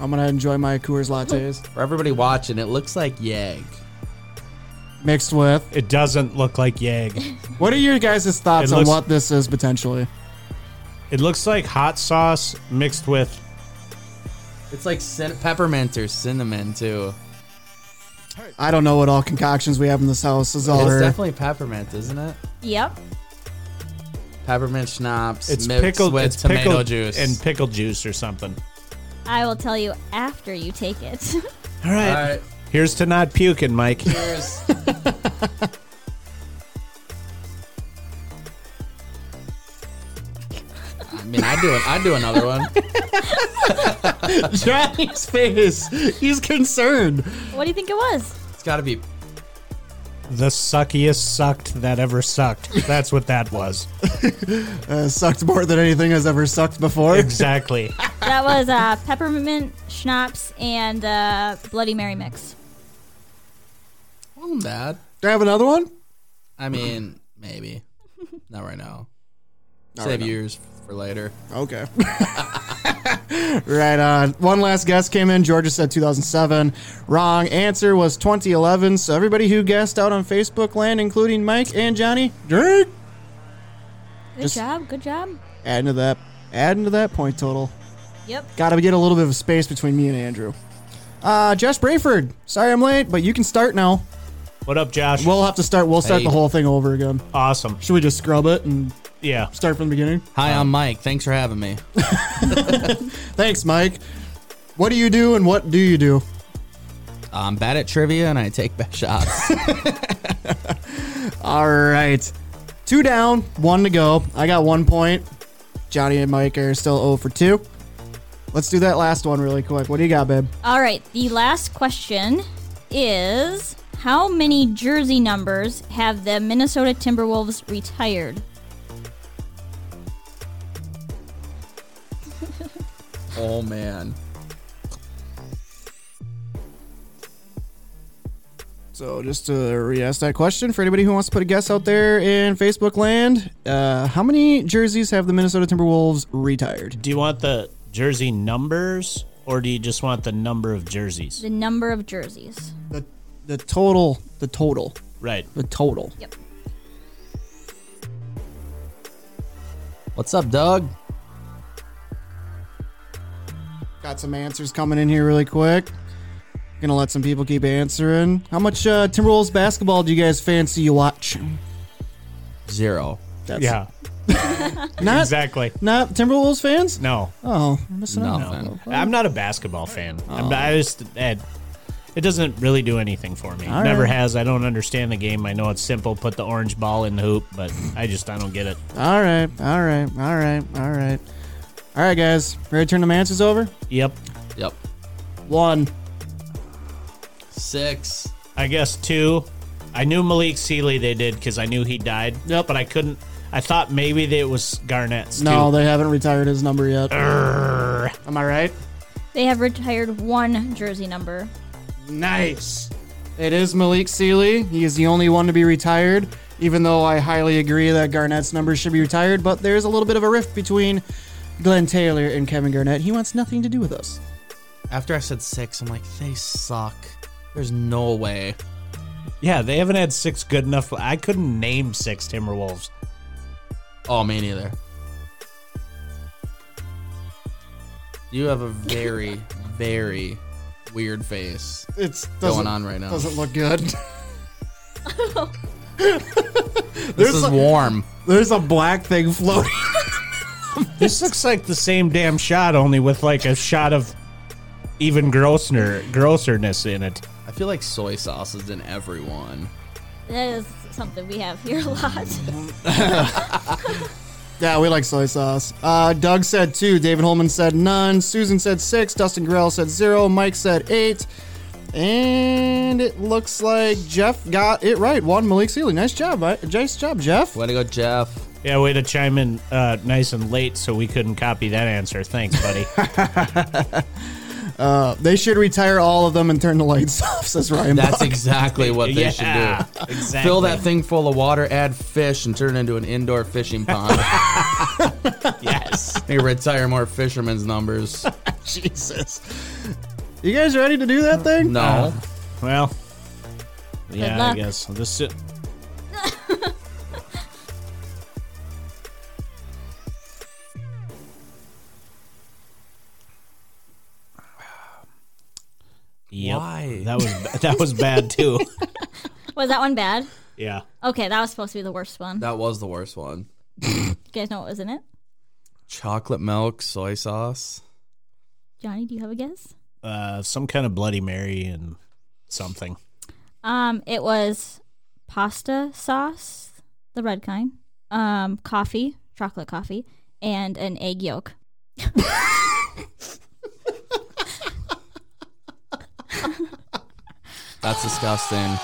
Speaker 4: I'm gonna enjoy my Coors <laughs> lattes
Speaker 6: For everybody watching, it looks like Yag.
Speaker 4: mixed with.
Speaker 5: It doesn't look like Yag.
Speaker 4: What are your guys' thoughts
Speaker 5: It
Speaker 4: on
Speaker 5: looks-
Speaker 4: what this is potentially?
Speaker 5: It looks like hot sauce mixed with.
Speaker 6: It's like cin- peppermint or cinnamon, too.
Speaker 4: I don't know what all concoctions we have in this house is all.
Speaker 6: It's
Speaker 4: her-
Speaker 6: definitely peppermint, isn't it?
Speaker 8: Yep.
Speaker 6: Peppermint schnapps
Speaker 5: It's
Speaker 6: mixed
Speaker 5: pickled.
Speaker 6: with
Speaker 5: it's
Speaker 6: tomato
Speaker 5: pickled
Speaker 6: juice.
Speaker 5: and pickle juice or something.
Speaker 8: I will tell you after you take it. <laughs>
Speaker 5: All right.
Speaker 6: All right,
Speaker 5: Here's to not puking, Mike.
Speaker 6: cheers. I mean, I do it. I do another one.
Speaker 4: Johnny's face. He's concerned.
Speaker 8: what do you think it was?
Speaker 6: It's got to be
Speaker 5: the suckiest sucked that ever sucked. That's what that was.
Speaker 4: Uh, sucked more than anything has ever sucked before.
Speaker 5: <laughs> Exactly.
Speaker 8: That was uh, peppermint schnapps and uh, Bloody Mary mix.
Speaker 6: wasn't bad.
Speaker 4: Do I have another one?
Speaker 6: I mean, maybe not right now. Save yours for later.
Speaker 4: Okay. <laughs> right on. One last guess came in. Georgia said 2007. Wrong answer was 2011. So everybody who guessed out on Facebook land, including Mike and Johnny, drink.
Speaker 8: Good
Speaker 4: Just-
Speaker 8: job. Good job.
Speaker 4: Adding to that, adding to that point total.
Speaker 8: Yep.
Speaker 4: Got to get a little bit of space between me and Andrew. Uh, Josh Brayford. Sorry I'm late, but you can start now.
Speaker 5: What up, Josh?
Speaker 4: We'll have to start. We'll start
Speaker 6: Hey.
Speaker 4: the whole thing over again.
Speaker 5: awesome.
Speaker 4: Should we just scrub it and
Speaker 5: Yeah.
Speaker 4: start from the beginning?
Speaker 6: Hi, I'm Mike. Thanks for having me.
Speaker 4: Thanks, Mike. What do you do and what do you do?
Speaker 6: I'm bad at trivia and I take bad shots.
Speaker 4: All right. Two down, one to go. I got one point. Johnny and Mike are still 0 for 2. Let's do that last one really quick. What do you got, babe?
Speaker 8: All right. The last question is How many jersey numbers have the Minnesota Timberwolves retired?
Speaker 6: oh man.
Speaker 1: So just to re-ask that question for anybody who wants to put a guess out there in Facebook land, uh, how many jerseys have the Minnesota Timberwolves retired?
Speaker 5: Do you want the jersey numbers or do you just want the number of jerseys?
Speaker 8: The number of jerseys.
Speaker 1: The the total, the total, <laughs>
Speaker 5: Right.
Speaker 1: the total.
Speaker 8: Yep.
Speaker 6: What's up, Doug?
Speaker 1: Got some answers coming in here really quick. Gonna let some people keep answering. How much uh, Timberwolves basketball do you guys fancy you watch?
Speaker 6: Zero.
Speaker 1: That's
Speaker 5: <laughs> Yeah.
Speaker 1: not
Speaker 5: Exactly.
Speaker 1: not Timberwolves fans.
Speaker 5: No.
Speaker 1: Oh, we're missing out.
Speaker 6: Nothing.
Speaker 5: I'm not a basketball fan. I'm, I just it, it doesn't really do anything for me.
Speaker 1: All
Speaker 5: Never
Speaker 1: right.
Speaker 5: has. I don't understand the game. I know it's simple. Put the orange ball in the hoop, but I just I don't get it.
Speaker 1: All right, all right, all right, all right, all right, guys. Ready to turn the answers over?
Speaker 5: Yep.
Speaker 6: Yep.
Speaker 1: One.
Speaker 6: Six.
Speaker 5: I guess two. I knew Malik Sealy they did because I knew he died. Yep. But I couldn't. I thought maybe that it was Garnett's.
Speaker 1: No,
Speaker 5: too.
Speaker 1: they haven't retired his number yet. Am I right?
Speaker 8: They have retired one jersey number.
Speaker 1: Nice. It is Malik Sealy. He is the only one to be retired, even though I highly agree that Garnett's number should be retired. But there's a little bit of a rift between Glenn Taylor and Kevin Garnett. He wants nothing to do with us.
Speaker 6: After I said six, I'm like, they suck. There's no way.
Speaker 5: yeah, they haven't had six good enough. I couldn't name six Timberwolves.
Speaker 6: Oh, me neither. You have a very,
Speaker 5: <laughs>
Speaker 6: very weird face.
Speaker 1: It's doesn't-
Speaker 6: Going on right now.
Speaker 1: Doesn't look good. <laughs>
Speaker 6: This is warm.
Speaker 1: There's a black thing floating. <laughs>
Speaker 5: This looks like the same damn shot, only with like a shot of even grosser grosserness in it.
Speaker 6: I feel like soy sauce is in everyone.
Speaker 8: That is something we have here <laughs> a lot.
Speaker 1: Yeah, we like soy sauce. Uh, Doug said two. David Holman said none. Susan said six. Dustin Grell said zero. Mike said eight. And it looks like Jeff got it right. One Malik Sealy. Nice job. I- Nice job, Jeff.
Speaker 6: Way to go, Jeff.
Speaker 5: Yeah, way to chime in uh, nice and late so we couldn't copy that answer. Thanks, buddy.
Speaker 1: They should retire all of them and turn the lights <laughs> off, says Ryan.
Speaker 6: That's
Speaker 1: Buck.
Speaker 6: exactly what <laughs> they
Speaker 5: Yeah,
Speaker 6: should do.
Speaker 5: Exactly.
Speaker 6: Fill <laughs> that thing full of water, add fish, and turn it into an indoor
Speaker 5: <laughs>
Speaker 6: fishing pond.
Speaker 5: Yes.
Speaker 6: They retire more fishermen's numbers.
Speaker 1: Jesus. You guys ready to do that thing?
Speaker 6: No.
Speaker 5: Well, yeah, I
Speaker 8: luck.
Speaker 5: guess. This is- Yep.
Speaker 6: Why?
Speaker 5: That was that was bad too.
Speaker 8: was that one bad?
Speaker 5: yeah.
Speaker 8: Okay, that was supposed to be the worst one.
Speaker 6: That was the worst one.
Speaker 8: You guys know what was in it?
Speaker 6: Chocolate milk, soy sauce.
Speaker 8: Johnny, do you have a guess?
Speaker 5: Uh, some kind of Bloody Mary and something.
Speaker 8: Um, it was pasta sauce, the red kind, um, coffee, chocolate coffee, and an egg yolk.
Speaker 6: That's disgusting.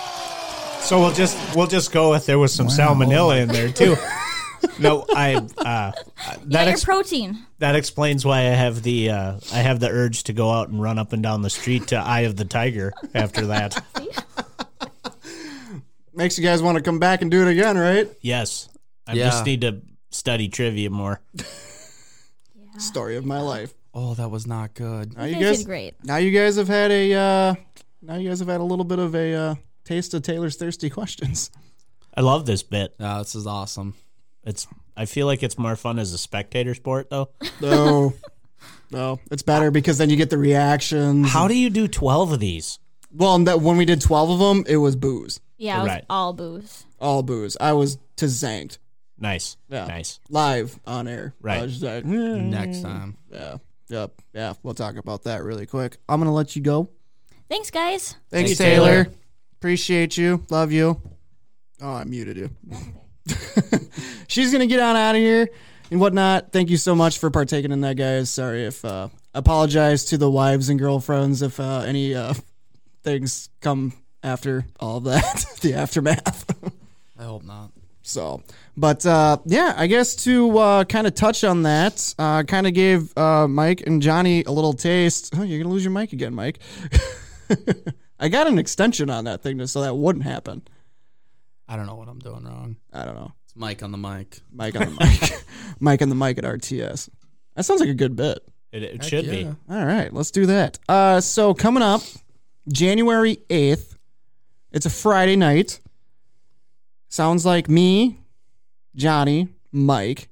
Speaker 5: So we'll just we'll just go with there was some salmonella in there too. no, I uh,
Speaker 8: Got
Speaker 5: that
Speaker 8: your
Speaker 5: ex-
Speaker 8: protein.
Speaker 5: that explains why I have the uh, I have the urge to go out and run up and down the street to Eye of the Tiger after that.
Speaker 6: <laughs>
Speaker 1: Makes you guys want to come back and do it again, right?
Speaker 5: yes, I
Speaker 6: Yeah.
Speaker 5: just need to study trivia more.
Speaker 1: Story of my life.
Speaker 6: Oh, that was not good.
Speaker 1: Now
Speaker 8: You
Speaker 1: you
Speaker 8: guys
Speaker 1: guys,
Speaker 8: did great.
Speaker 1: now you guys have had a, uh, now you guys have had a little bit of a uh, taste of Taylor's thirsty
Speaker 5: <laughs>
Speaker 1: questions.
Speaker 5: I love this bit.
Speaker 6: Yeah, this is awesome.
Speaker 5: It's I feel like it's more fun as a spectator sport
Speaker 6: <laughs>
Speaker 5: though.
Speaker 1: No, no, it's better because then you get the reactions.
Speaker 5: How do you do twelve of these?
Speaker 1: Well, and that when we did twelve of them, it was booze,
Speaker 8: Yeah, it was
Speaker 5: Right.
Speaker 8: all booze.
Speaker 1: all booze. I was to zanked
Speaker 5: Nice,
Speaker 1: Yeah.
Speaker 5: nice.
Speaker 1: live on air. I
Speaker 5: Right.
Speaker 1: was just like, "Hmm."
Speaker 6: Next time.
Speaker 1: yeah, yep, yeah. We'll talk about that really quick. I'm gonna let you go.
Speaker 8: Thanks, guys.
Speaker 1: Thanks,
Speaker 6: Thanks,
Speaker 1: Taylor.
Speaker 6: Taylor.
Speaker 1: Appreciate you. Love you. Oh, I muted you. <laughs> She's gonna get on out of here and whatnot. Thank you so much for partaking in that, guys. Sorry if uh, apologize to the wives and girlfriends if uh, any uh, things come after all of that, <laughs> the aftermath.
Speaker 6: I hope not.
Speaker 1: So, but uh, yeah, I guess to uh, kind of touch on that, uh, kind of gave uh, Mike and Johnny a little taste. Oh, you're gonna lose your mic again, Mike. I <laughs> I got an extension on that thing just so that wouldn't happen.
Speaker 6: I don't know what I'm doing wrong.
Speaker 1: I don't know.
Speaker 6: It's Mike on the mic.
Speaker 1: Mike on the mic. <laughs> Mike on the mic at RTS. That sounds like a good bit.
Speaker 5: It, it should be.
Speaker 6: yeah.
Speaker 1: All right, let's do that. Uh, so coming up, January eighth. It's a Friday night. Sounds like me, Johnny, Mike,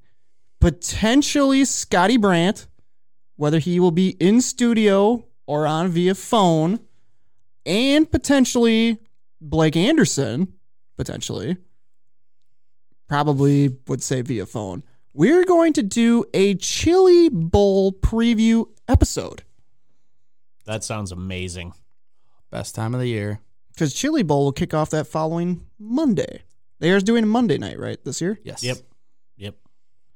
Speaker 1: potentially Scotty Brandt, whether he will be in studio or on via phone, and potentially Blake Anderson, potentially. Probably would say via phone. We're going to do a Chili Bowl preview episode
Speaker 5: That sounds amazing.
Speaker 6: Best time of the year.
Speaker 1: because Chili Bowl will kick off that following Monday. They are doing a Monday night, right, this year?
Speaker 6: Yes.
Speaker 5: Yep. Yep.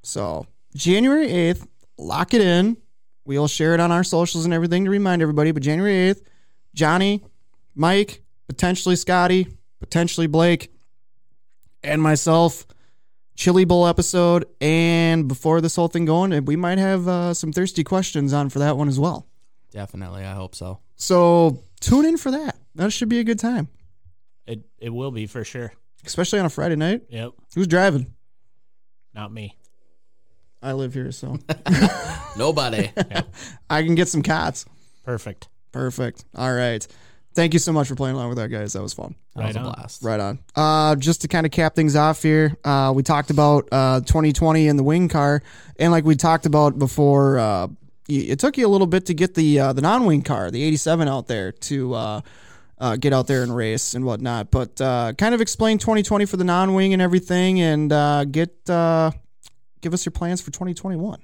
Speaker 1: So January 8th, lock it in. We'll share it on our socials and everything to remind everybody. But January 8th, Johnny, Mike, potentially Scotty, potentially Blake, and myself, Chili Bowl episode. And before this whole thing going, we might have uh, some thirsty questions on for that one as well.
Speaker 6: Definitely. I hope so.
Speaker 1: So tune in for that. That should be a good time,
Speaker 5: It it will be for sure.
Speaker 1: especially on a Friday night.
Speaker 5: Yep.
Speaker 1: Who's driving?
Speaker 5: Not me.
Speaker 1: I live here, so
Speaker 5: <laughs>
Speaker 6: Nobody.
Speaker 1: I can get some cots.
Speaker 5: Perfect.
Speaker 1: Perfect. All right. Thank you so much for playing along with that, guys. That was fun.
Speaker 5: Right
Speaker 6: That was
Speaker 5: on.
Speaker 6: a blast.
Speaker 1: Right on. Uh, just to kind of cap things off here, uh, we talked about uh, 2020 and the wing car, and like we talked about before, uh, y- it took you a little bit to get the uh, the non wing car, the 87 out there to. Uh, uh, get out there and race and whatnot, but uh, kind of explain 2020 for the non-wing and everything, and uh, get uh, give us your plans for 2021.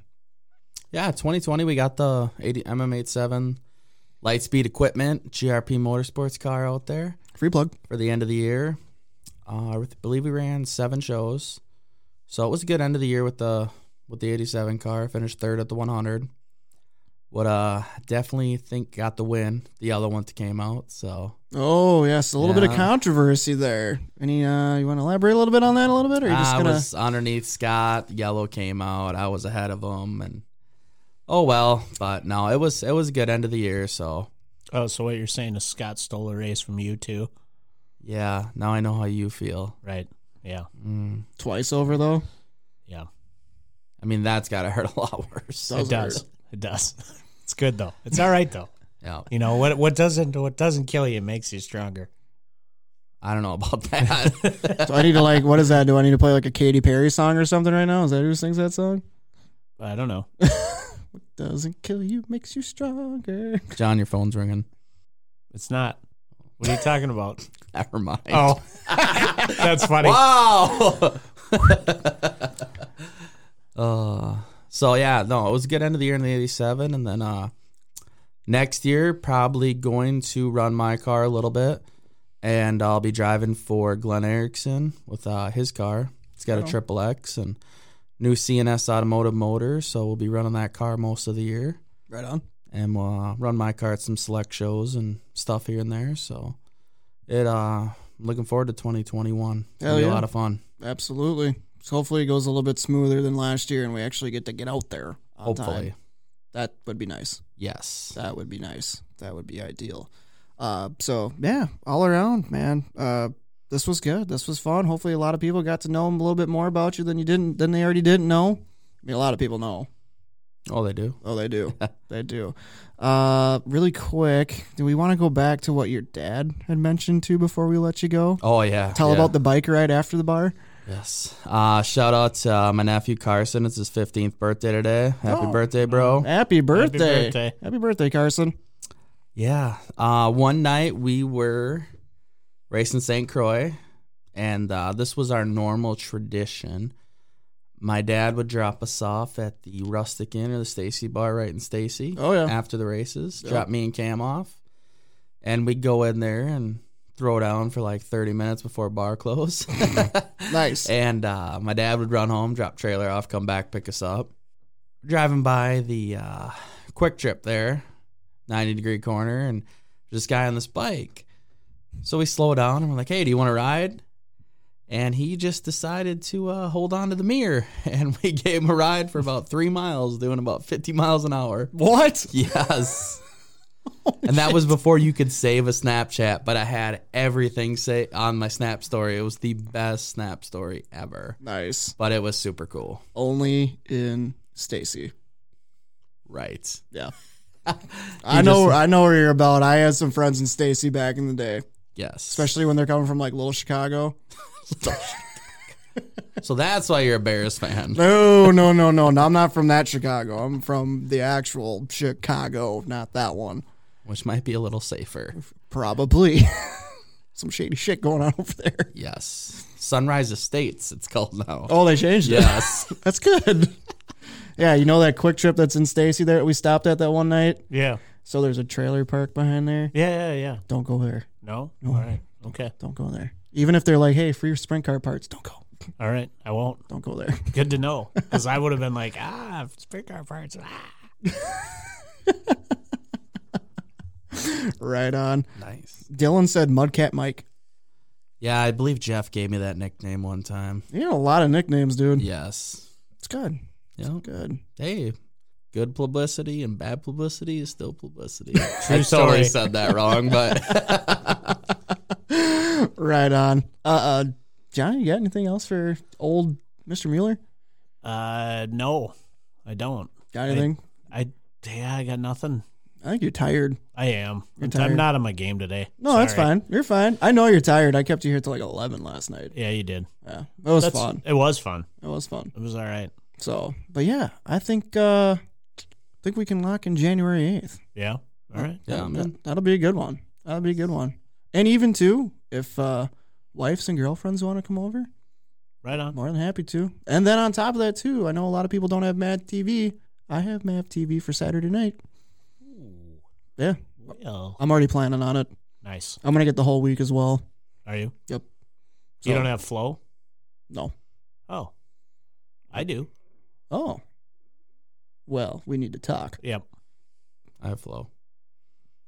Speaker 6: Yeah, 2020, we got the 80 MM87 Lightspeed equipment, GRP Motorsports car out there
Speaker 1: Free plug.
Speaker 6: for the end of the year. Uh, I believe we ran seven shows, so it was a good end of the year with the with the 87 car. Finished third at the 100. What uh, definitely think got the win. The yellow one that came out, so
Speaker 1: Oh yes, a little bit of
Speaker 6: Yeah.
Speaker 1: controversy there. Any uh, you want to elaborate a little bit on that a little bit, or are you just
Speaker 6: I
Speaker 1: gonna?
Speaker 6: was underneath Scott. Yellow came out. I was ahead of him, and oh well. But no, it was it was a good end of the year. So
Speaker 5: Oh, so what you're saying is Scott stole a race from you too,
Speaker 6: yeah, now I know how you feel.
Speaker 5: right? Yeah.
Speaker 1: Twice over though.
Speaker 5: Yeah.
Speaker 6: I mean, that's gotta <laughs> hurt a lot worse.
Speaker 5: It does. It does. <laughs> It's good though. It's all right though.
Speaker 6: Yeah,
Speaker 5: You know what? What doesn't what doesn't kill you makes you stronger.
Speaker 6: I don't know about that. <laughs>
Speaker 1: Do I need to like what is that? Do I need to play like a Katy Perry song or something right now? Is that who sings that song?
Speaker 5: I don't know.
Speaker 1: Doesn't kill you, makes you stronger.
Speaker 6: John, your phone's ringing.
Speaker 5: It's not. What are you
Speaker 1: <laughs>
Speaker 5: talking about?
Speaker 6: Never mind.
Speaker 5: oh, <laughs> that's funny.
Speaker 6: wow. <laughs> uh, so yeah, no, it was a good end of the year in the '87, and then uh, next year probably going to run my car a little bit, and I'll be driving for Glenn Erickson with uh, his car. It's got a triple X and new CNS automotive motor, so we'll be running that car most of the year.
Speaker 1: Right on.
Speaker 6: and we'll uh, run my car at some select shows and stuff here and there. So it uh I'm looking forward to 2021. It's gonna
Speaker 1: Hell
Speaker 6: be
Speaker 1: yeah.
Speaker 6: a lot of fun.
Speaker 1: Absolutely. So hopefully it goes a little bit smoother than last year, and we actually get to get out there. On
Speaker 6: Hopefully.
Speaker 1: time. that would be nice.
Speaker 6: Yes.
Speaker 1: That would be nice. That would be ideal. Uh, so yeah, all around, man. Uh, this was good. This was fun. Hopefully, a lot of people got to know him a little bit more about you than you didn't than they already didn't know. I mean, a lot of people know.
Speaker 6: Oh, they do.
Speaker 1: Oh, they do. they do. Uh, really quick, do we want to go back to what your dad had mentioned too before we let you go?
Speaker 6: Oh yeah.
Speaker 1: Tell
Speaker 6: yeah.
Speaker 1: about the bike ride after the bar.
Speaker 6: Yes. Uh shout out to uh, my nephew Carson. It's his 15th birthday today.
Speaker 1: Oh.
Speaker 6: Happy birthday, bro.
Speaker 1: Happy birthday!
Speaker 5: birthday.
Speaker 1: Happy birthday, Carson.
Speaker 6: Yeah. Uh one night we were racing St. Croix and uh, this was our normal tradition. My dad would drop us off at the Rustic Inn or the Stacy Bar right in Stacy.
Speaker 1: Oh, yeah.
Speaker 6: After the races, drop me and Cam off, and we'd go in there and throw down for like thirty minutes before bar <laughs> close.
Speaker 1: Nice.
Speaker 6: and uh, my dad would run home, drop trailer off, come back, pick us up. Driving by the uh, quick trip there, ninety degree corner, and this guy on this bike. So we slow down and we're like, "Hey, do you want to ride?" And he just decided to uh, hold on to the mirror, <laughs> and we gave him a ride for about three miles, doing about fifty miles an hour.
Speaker 1: What?
Speaker 6: <laughs> Yes. and that was before you could save a Snapchat, but I had everything say on my Snap story. It was the best Snap story ever,
Speaker 1: Nice.
Speaker 6: but it was super cool.
Speaker 1: Only in Stacy.
Speaker 6: Right.
Speaker 1: Yeah. I know I know where you're about. I had some friends in Stacy back in the day,
Speaker 6: Yes.
Speaker 1: especially when they're coming from like Little Chicago.
Speaker 6: so that's why you're a Bears <laughs> fan.
Speaker 1: No, no, no, no, no. I'm not from that Chicago. I'm from the actual Chicago, not that one.
Speaker 6: which might be a little safer.
Speaker 1: Probably. <laughs> Some shady shit going on over there.
Speaker 6: Yes. Sunrise Estates, it's called now.
Speaker 1: Oh, they changed it.
Speaker 6: Yes.
Speaker 1: <laughs> That's good. Yeah, you know that quick trip that's in Stacy there that we stopped at that one night?
Speaker 5: Yeah.
Speaker 1: So there's a trailer park behind there.
Speaker 5: Yeah, yeah, yeah.
Speaker 1: Don't go there.
Speaker 5: No? All right. Okay.
Speaker 1: Don't go there. Even if they're like, hey, free sprint car parts, don't go.
Speaker 5: All right. I won't.
Speaker 1: Don't go there. <laughs>
Speaker 5: Good to know. Because I would have been like, ah, sprint car parts. Ah.
Speaker 1: right on.
Speaker 6: <laughs> nice.
Speaker 1: Dylan said Mudcat Mike.
Speaker 6: Yeah, I believe Jeff gave me that nickname one time.
Speaker 1: You got a lot of nicknames, dude.
Speaker 6: Yes.
Speaker 1: It's good.
Speaker 6: Yeah.
Speaker 1: Good.
Speaker 6: Hey, good publicity and bad publicity is still <laughs> publicity.
Speaker 5: True
Speaker 6: I
Speaker 5: story.
Speaker 6: totally said that wrong, <laughs> but
Speaker 1: Right on. Uh, uh Johnny, you got anything else for old Mr. Mueller?
Speaker 5: Uh, no, I don't.
Speaker 1: Got anything?
Speaker 5: I, yeah, I got nothing.
Speaker 1: I, think you're tired.
Speaker 5: I am. I'm,
Speaker 1: tired.
Speaker 5: not on my game today.
Speaker 1: No, that's
Speaker 5: Sorry.
Speaker 1: fine. You're fine. I know you're tired. I kept you here till like eleven last night.
Speaker 5: Yeah, you did.
Speaker 1: Yeah, it was
Speaker 5: That's
Speaker 1: fun.
Speaker 5: It was fun.
Speaker 1: It was fun.
Speaker 5: It was all right.
Speaker 1: So, but yeah, I think uh think we can lock in January eighth.
Speaker 5: Yeah. All right.
Speaker 6: yeah, man.
Speaker 1: That'll be a good one. That'll be a good one. And even too, if uh wives and girlfriends want to come over,
Speaker 5: Right on.
Speaker 1: more than happy to. And then on top of that too, I know a lot of people don't have Mad TV. I have Mad TV for Saturday night. Yeah,
Speaker 5: Well,
Speaker 1: I'm already planning on it.
Speaker 5: Oh, nice.
Speaker 1: I'm gonna get the whole week as well.
Speaker 5: Are you?
Speaker 1: Yep.
Speaker 5: you
Speaker 1: So-
Speaker 5: don't have flow?
Speaker 1: No.
Speaker 5: Oh, I do.
Speaker 1: Oh. Well, we need to talk.
Speaker 5: Yep.
Speaker 6: I have flow.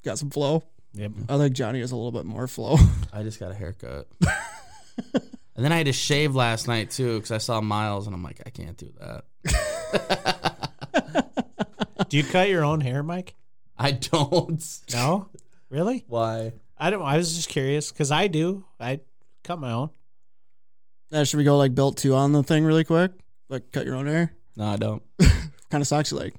Speaker 1: Got some flow.
Speaker 5: Yep.
Speaker 1: I think Johnny has a little bit more flow. <laughs>
Speaker 6: I just got a haircut. <laughs> and then I had to shave last night too because I saw Miles and I'm like, I can't do that.
Speaker 5: Do you cut your own hair, Mike?
Speaker 6: I don't.
Speaker 5: No. really?
Speaker 6: Why?
Speaker 5: I don't. I was just curious because I do. I cut my own.
Speaker 1: now, Uh, should we go like built two on the thing really quick? Like cut your own hair?
Speaker 6: No, I don't. <laughs>
Speaker 1: Kind of sucks you like.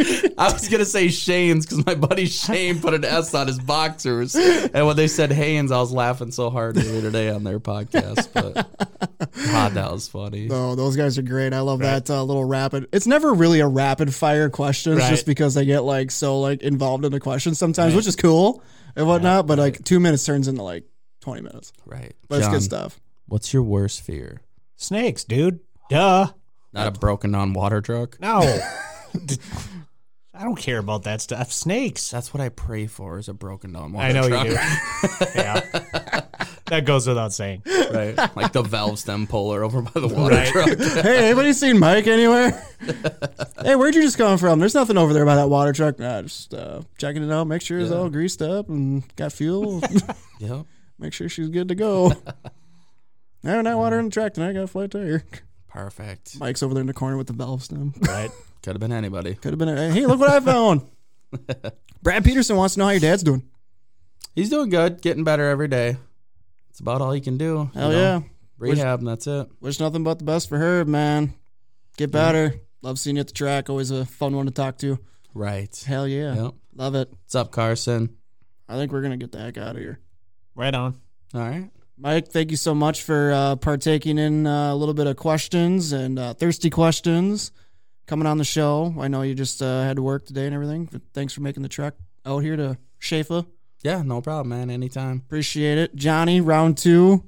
Speaker 6: I was gonna say Shane's because my buddy Shane put an S on his boxers, and when they said Haynes, I was laughing so hard earlier today on their podcast. But
Speaker 1: <laughs>
Speaker 6: God, that was funny.
Speaker 1: Oh, those guys are great. I love that uh, little rapid. It's never really a rapid fire questions, just
Speaker 5: Right.
Speaker 1: because they get like so like involved in the question sometimes, which is cool and whatnot. but like two minutes turns into like twenty minutes.
Speaker 6: Right,
Speaker 1: But it's
Speaker 6: John,
Speaker 1: good stuff.
Speaker 6: What's your worst fear?
Speaker 5: Snakes, dude. Duh.
Speaker 6: Not a broken on water truck.
Speaker 5: No.
Speaker 1: <laughs>
Speaker 5: I don't care about that stuff. Snakes.
Speaker 6: That's what I pray for is a broken on water
Speaker 5: I know
Speaker 6: truck.
Speaker 5: you do.
Speaker 1: <laughs>
Speaker 5: yeah. That goes without saying.
Speaker 6: <laughs> right, like the valve stem puller over by the water truck.
Speaker 1: hey, anybody seen Mike anywhere? hey, where'd you just come from? There's nothing over there by that water truck. Nah, just uh, checking it out, make sure it's all greased up and got fuel. <laughs>
Speaker 6: yep.
Speaker 1: make sure she's good to go. I have not water in the truck tonight. I got a flat tire.
Speaker 6: Perfect.
Speaker 1: Mike's over there in the corner with the valve stem.
Speaker 5: Right.
Speaker 6: Could have been anybody.
Speaker 1: Could have been. A, hey, look what I found. Brad Peterson wants to know how your dad's doing.
Speaker 6: He's doing good, getting better every day. It's about all he can do. you
Speaker 1: Hell
Speaker 6: know?
Speaker 1: yeah.
Speaker 6: Rehab, and that's it.
Speaker 1: Wish nothing but the best for her, man. Get better. Love seeing you at the track. Always a fun one to talk to.
Speaker 6: Right.
Speaker 1: Hell yeah.
Speaker 6: Yep.
Speaker 1: Love it.
Speaker 6: What's up, Carson?
Speaker 1: I think we're going to get the heck out of here.
Speaker 5: Right on.
Speaker 6: All right.
Speaker 1: Mike, thank you so much for uh, partaking in uh, a little bit of questions and uh, thirsty questions coming on the show. I know you just uh, had to work today and everything, but thanks for making the trek out here to Shafa.
Speaker 6: Yeah, no problem, man. Anytime.
Speaker 1: Appreciate it. Johnny, round two.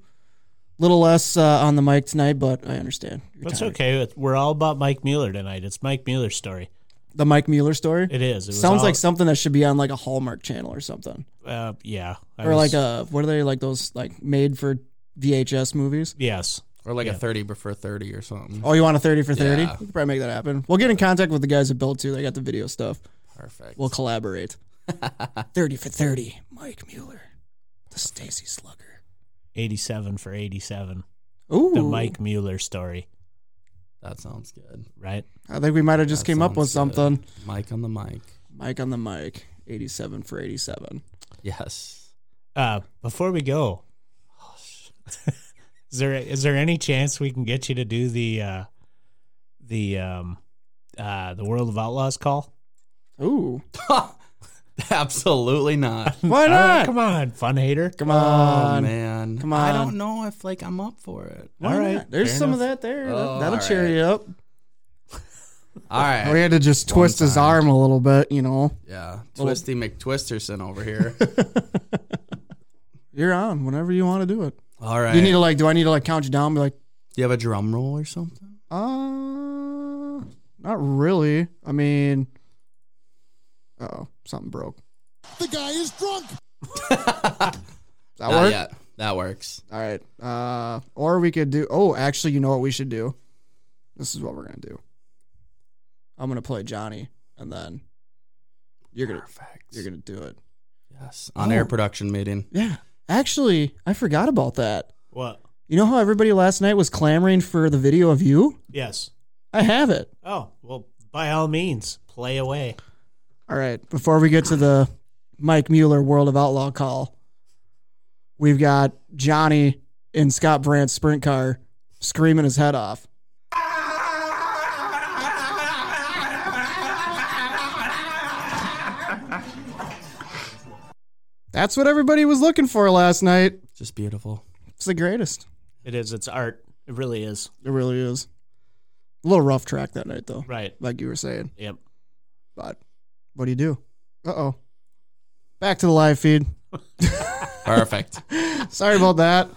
Speaker 1: Little less uh, on the mic tonight, but I understand. You're
Speaker 5: That's
Speaker 1: tired.
Speaker 5: okay. We're all about Mike Mueller tonight. It's Mike Mueller's story.
Speaker 1: The Mike Mueller story?
Speaker 5: It is. It was
Speaker 1: Sounds
Speaker 5: all-
Speaker 1: like something that should be on like a Hallmark channel or something.
Speaker 5: Uh, yeah. I
Speaker 1: Or like
Speaker 5: was-
Speaker 1: a, what are they, like those like made for VHS movies?
Speaker 5: Yes.
Speaker 6: Or like a 30 for 30 or something.
Speaker 1: Oh, you want a 30 for 30?
Speaker 6: Yeah.
Speaker 1: We could probably make that happen. We'll get in contact with the guys at Build too. They got the video stuff.
Speaker 6: Perfect.
Speaker 1: We'll <laughs> collaborate. 30 for 30. Mike Mueller. The Stacy Slugger.
Speaker 5: 87 for 87.
Speaker 1: Ooh.
Speaker 5: The Mike Mueller story.
Speaker 6: that sounds good.
Speaker 5: Right.
Speaker 1: I think we might have just
Speaker 6: That
Speaker 1: came up with
Speaker 6: sounds good.
Speaker 1: something.
Speaker 6: Mike on the mic.
Speaker 1: Mike on the mic, 87 for 87.
Speaker 6: Yes. <laughs>
Speaker 5: Uh, before we go, <laughs> is there is there any chance we can get you to do the uh, the um, uh, the World of Outlaws call?
Speaker 1: Ooh.
Speaker 6: Absolutely not. Oh,
Speaker 1: Why
Speaker 5: All right,
Speaker 1: not?
Speaker 5: come on, fun hater.
Speaker 1: Come on.
Speaker 6: man.
Speaker 1: Come
Speaker 6: I
Speaker 1: on.
Speaker 6: don't know if like I'm up for it.
Speaker 1: Why
Speaker 5: All right,
Speaker 1: not? There's
Speaker 5: fair
Speaker 1: some
Speaker 5: enough.
Speaker 1: of that there.
Speaker 6: Oh,
Speaker 1: that, will
Speaker 6: all
Speaker 1: cheer
Speaker 6: right.
Speaker 1: you up.
Speaker 6: All right.
Speaker 1: We had to just twist his
Speaker 6: time.
Speaker 1: arm a little bit, you know.
Speaker 6: Yeah. Twisty McTwisterson over
Speaker 1: <laughs>
Speaker 6: here.
Speaker 1: You're on whenever you want to do it.
Speaker 6: All right.
Speaker 1: You need to like, do I need to like count you down? Be like,
Speaker 6: Do you have a drum roll or something?
Speaker 1: uh, not really. I mean, oh, something broke.
Speaker 4: The guy is drunk.
Speaker 1: Does <laughs> that
Speaker 6: Not
Speaker 1: work?
Speaker 6: yet. That works.
Speaker 1: All right. Uh, or we could do. Oh, actually, you know what we should do? This is what we're gonna do. I'm gonna play Johnny, and then you're gonna
Speaker 6: Perfect.
Speaker 1: you're gonna do it.
Speaker 6: Yes. On
Speaker 1: Oh.
Speaker 6: air production meeting.
Speaker 1: Yeah. Actually, I forgot about that.
Speaker 5: What?
Speaker 1: You know how everybody last night was clamoring for the video of you?
Speaker 5: Yes.
Speaker 1: I have it.
Speaker 5: Oh well, by all means, play away.
Speaker 1: All right. Before we get to the Mike Mueller World of Outlaw call, we've got Johnny in Scott Brandt's sprint car screaming his head off. That's what everybody was looking for last night.
Speaker 6: Just beautiful.
Speaker 1: It's the greatest.
Speaker 5: It is. It's art. It really is.
Speaker 1: It really is. A little rough track that night, though,
Speaker 5: Right.
Speaker 1: like you were saying.
Speaker 5: Yep.
Speaker 1: But what do you do? Uh oh. Back to the live feed. <laughs>
Speaker 6: Perfect.
Speaker 1: Sorry about that.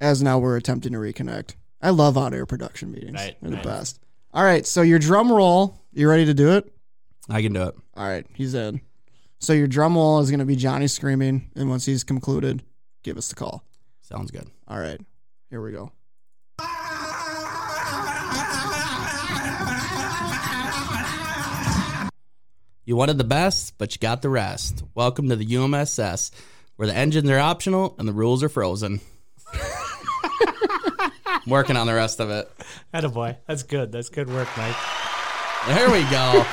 Speaker 1: As now we're attempting to reconnect. I love on air production meetings.
Speaker 5: Right,
Speaker 1: They're
Speaker 5: right.
Speaker 1: the best. All right. So your drum roll, you ready to do it?
Speaker 6: I can do it.
Speaker 1: All right. He's in. So your drum roll is going to be Johnny screaming. And once he's concluded, give us the call.
Speaker 6: Sounds good.
Speaker 1: All right. Here we go.
Speaker 6: You wanted the best, but you got the rest. Welcome to the UMSS, where the engines are optional and the rules are frozen. I'm working on the rest of it.
Speaker 5: Attaboy. That's good. That's good work, Mike.
Speaker 6: There we go.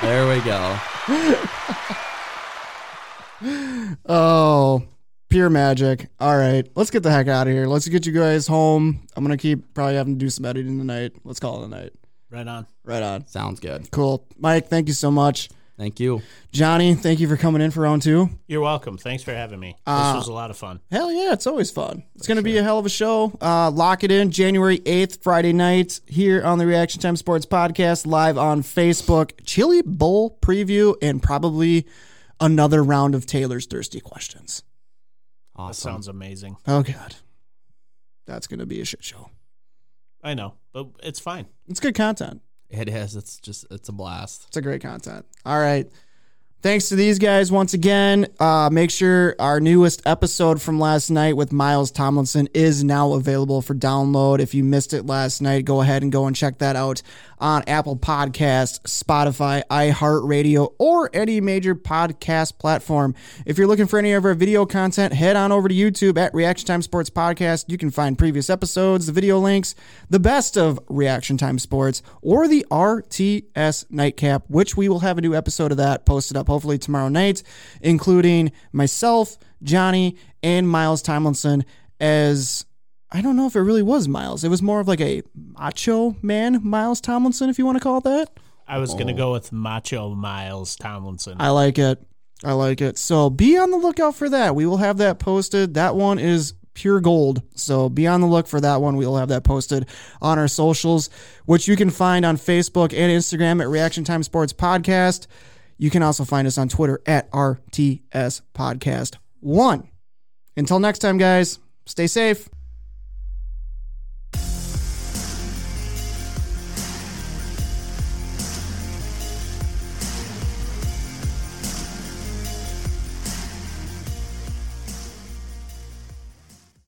Speaker 6: there we go.
Speaker 1: Oh, pure magic. All right. Let's get the heck out of here. Let's get you guys home. I'm going to keep probably having to do some editing tonight. Let's call it a night.
Speaker 5: Right on.
Speaker 1: Right on.
Speaker 6: Sounds good.
Speaker 1: Cool. Mike, thank you so much.
Speaker 6: Thank you.
Speaker 1: Johnny, thank you for coming in for round two.
Speaker 5: You're welcome. Thanks for having me. This
Speaker 1: Uh,
Speaker 5: was a lot of fun.
Speaker 1: Hell yeah, it's always fun. It's going to be a hell of a show. Uh, lock it in January 8th, Friday night, here on the Reaction Time Sports Podcast, live on Facebook. Chili Bowl preview and probably another round of Taylor's Thirsty Questions.
Speaker 5: That
Speaker 6: Awesome.
Speaker 5: sounds amazing.
Speaker 1: Oh, God. That's going to be a shit show.
Speaker 5: I know, but it's fine.
Speaker 1: It's good content.
Speaker 6: It is. It's just, it's a blast.
Speaker 1: It's a great content. All right. Thanks to these guys once again. Uh, make sure our newest episode from last night with Miles Tomlinson is now available for download. If you missed it last night, go ahead and go and check that out on Apple Podcasts, Spotify, iHeartRadio, or any major podcast platform. If you're looking for any of our video content, head on over to YouTube at Reaction Time Sports Podcast. You can find previous episodes, the video links, the best of Reaction Time Sports, or the RTS Nightcap, which we will have a new episode of that posted up hopefully tomorrow night, including myself, Johnny, and Miles Tomlinson as. I don't know if it really was Miles. It was more of like a macho man, Miles Tomlinson, if you want to call it that.
Speaker 5: I was going to go with Macho Miles Tomlinson.
Speaker 1: I like it. I like it. So be on the lookout for that. We will have that posted. That one is pure gold. So be on the look for that one. We will have that posted on our socials, which you can find on Facebook and Instagram at Reaction Time Sports Podcast. You can also find us on Twitter at RTS Podcast One. Until next time, guys, stay safe.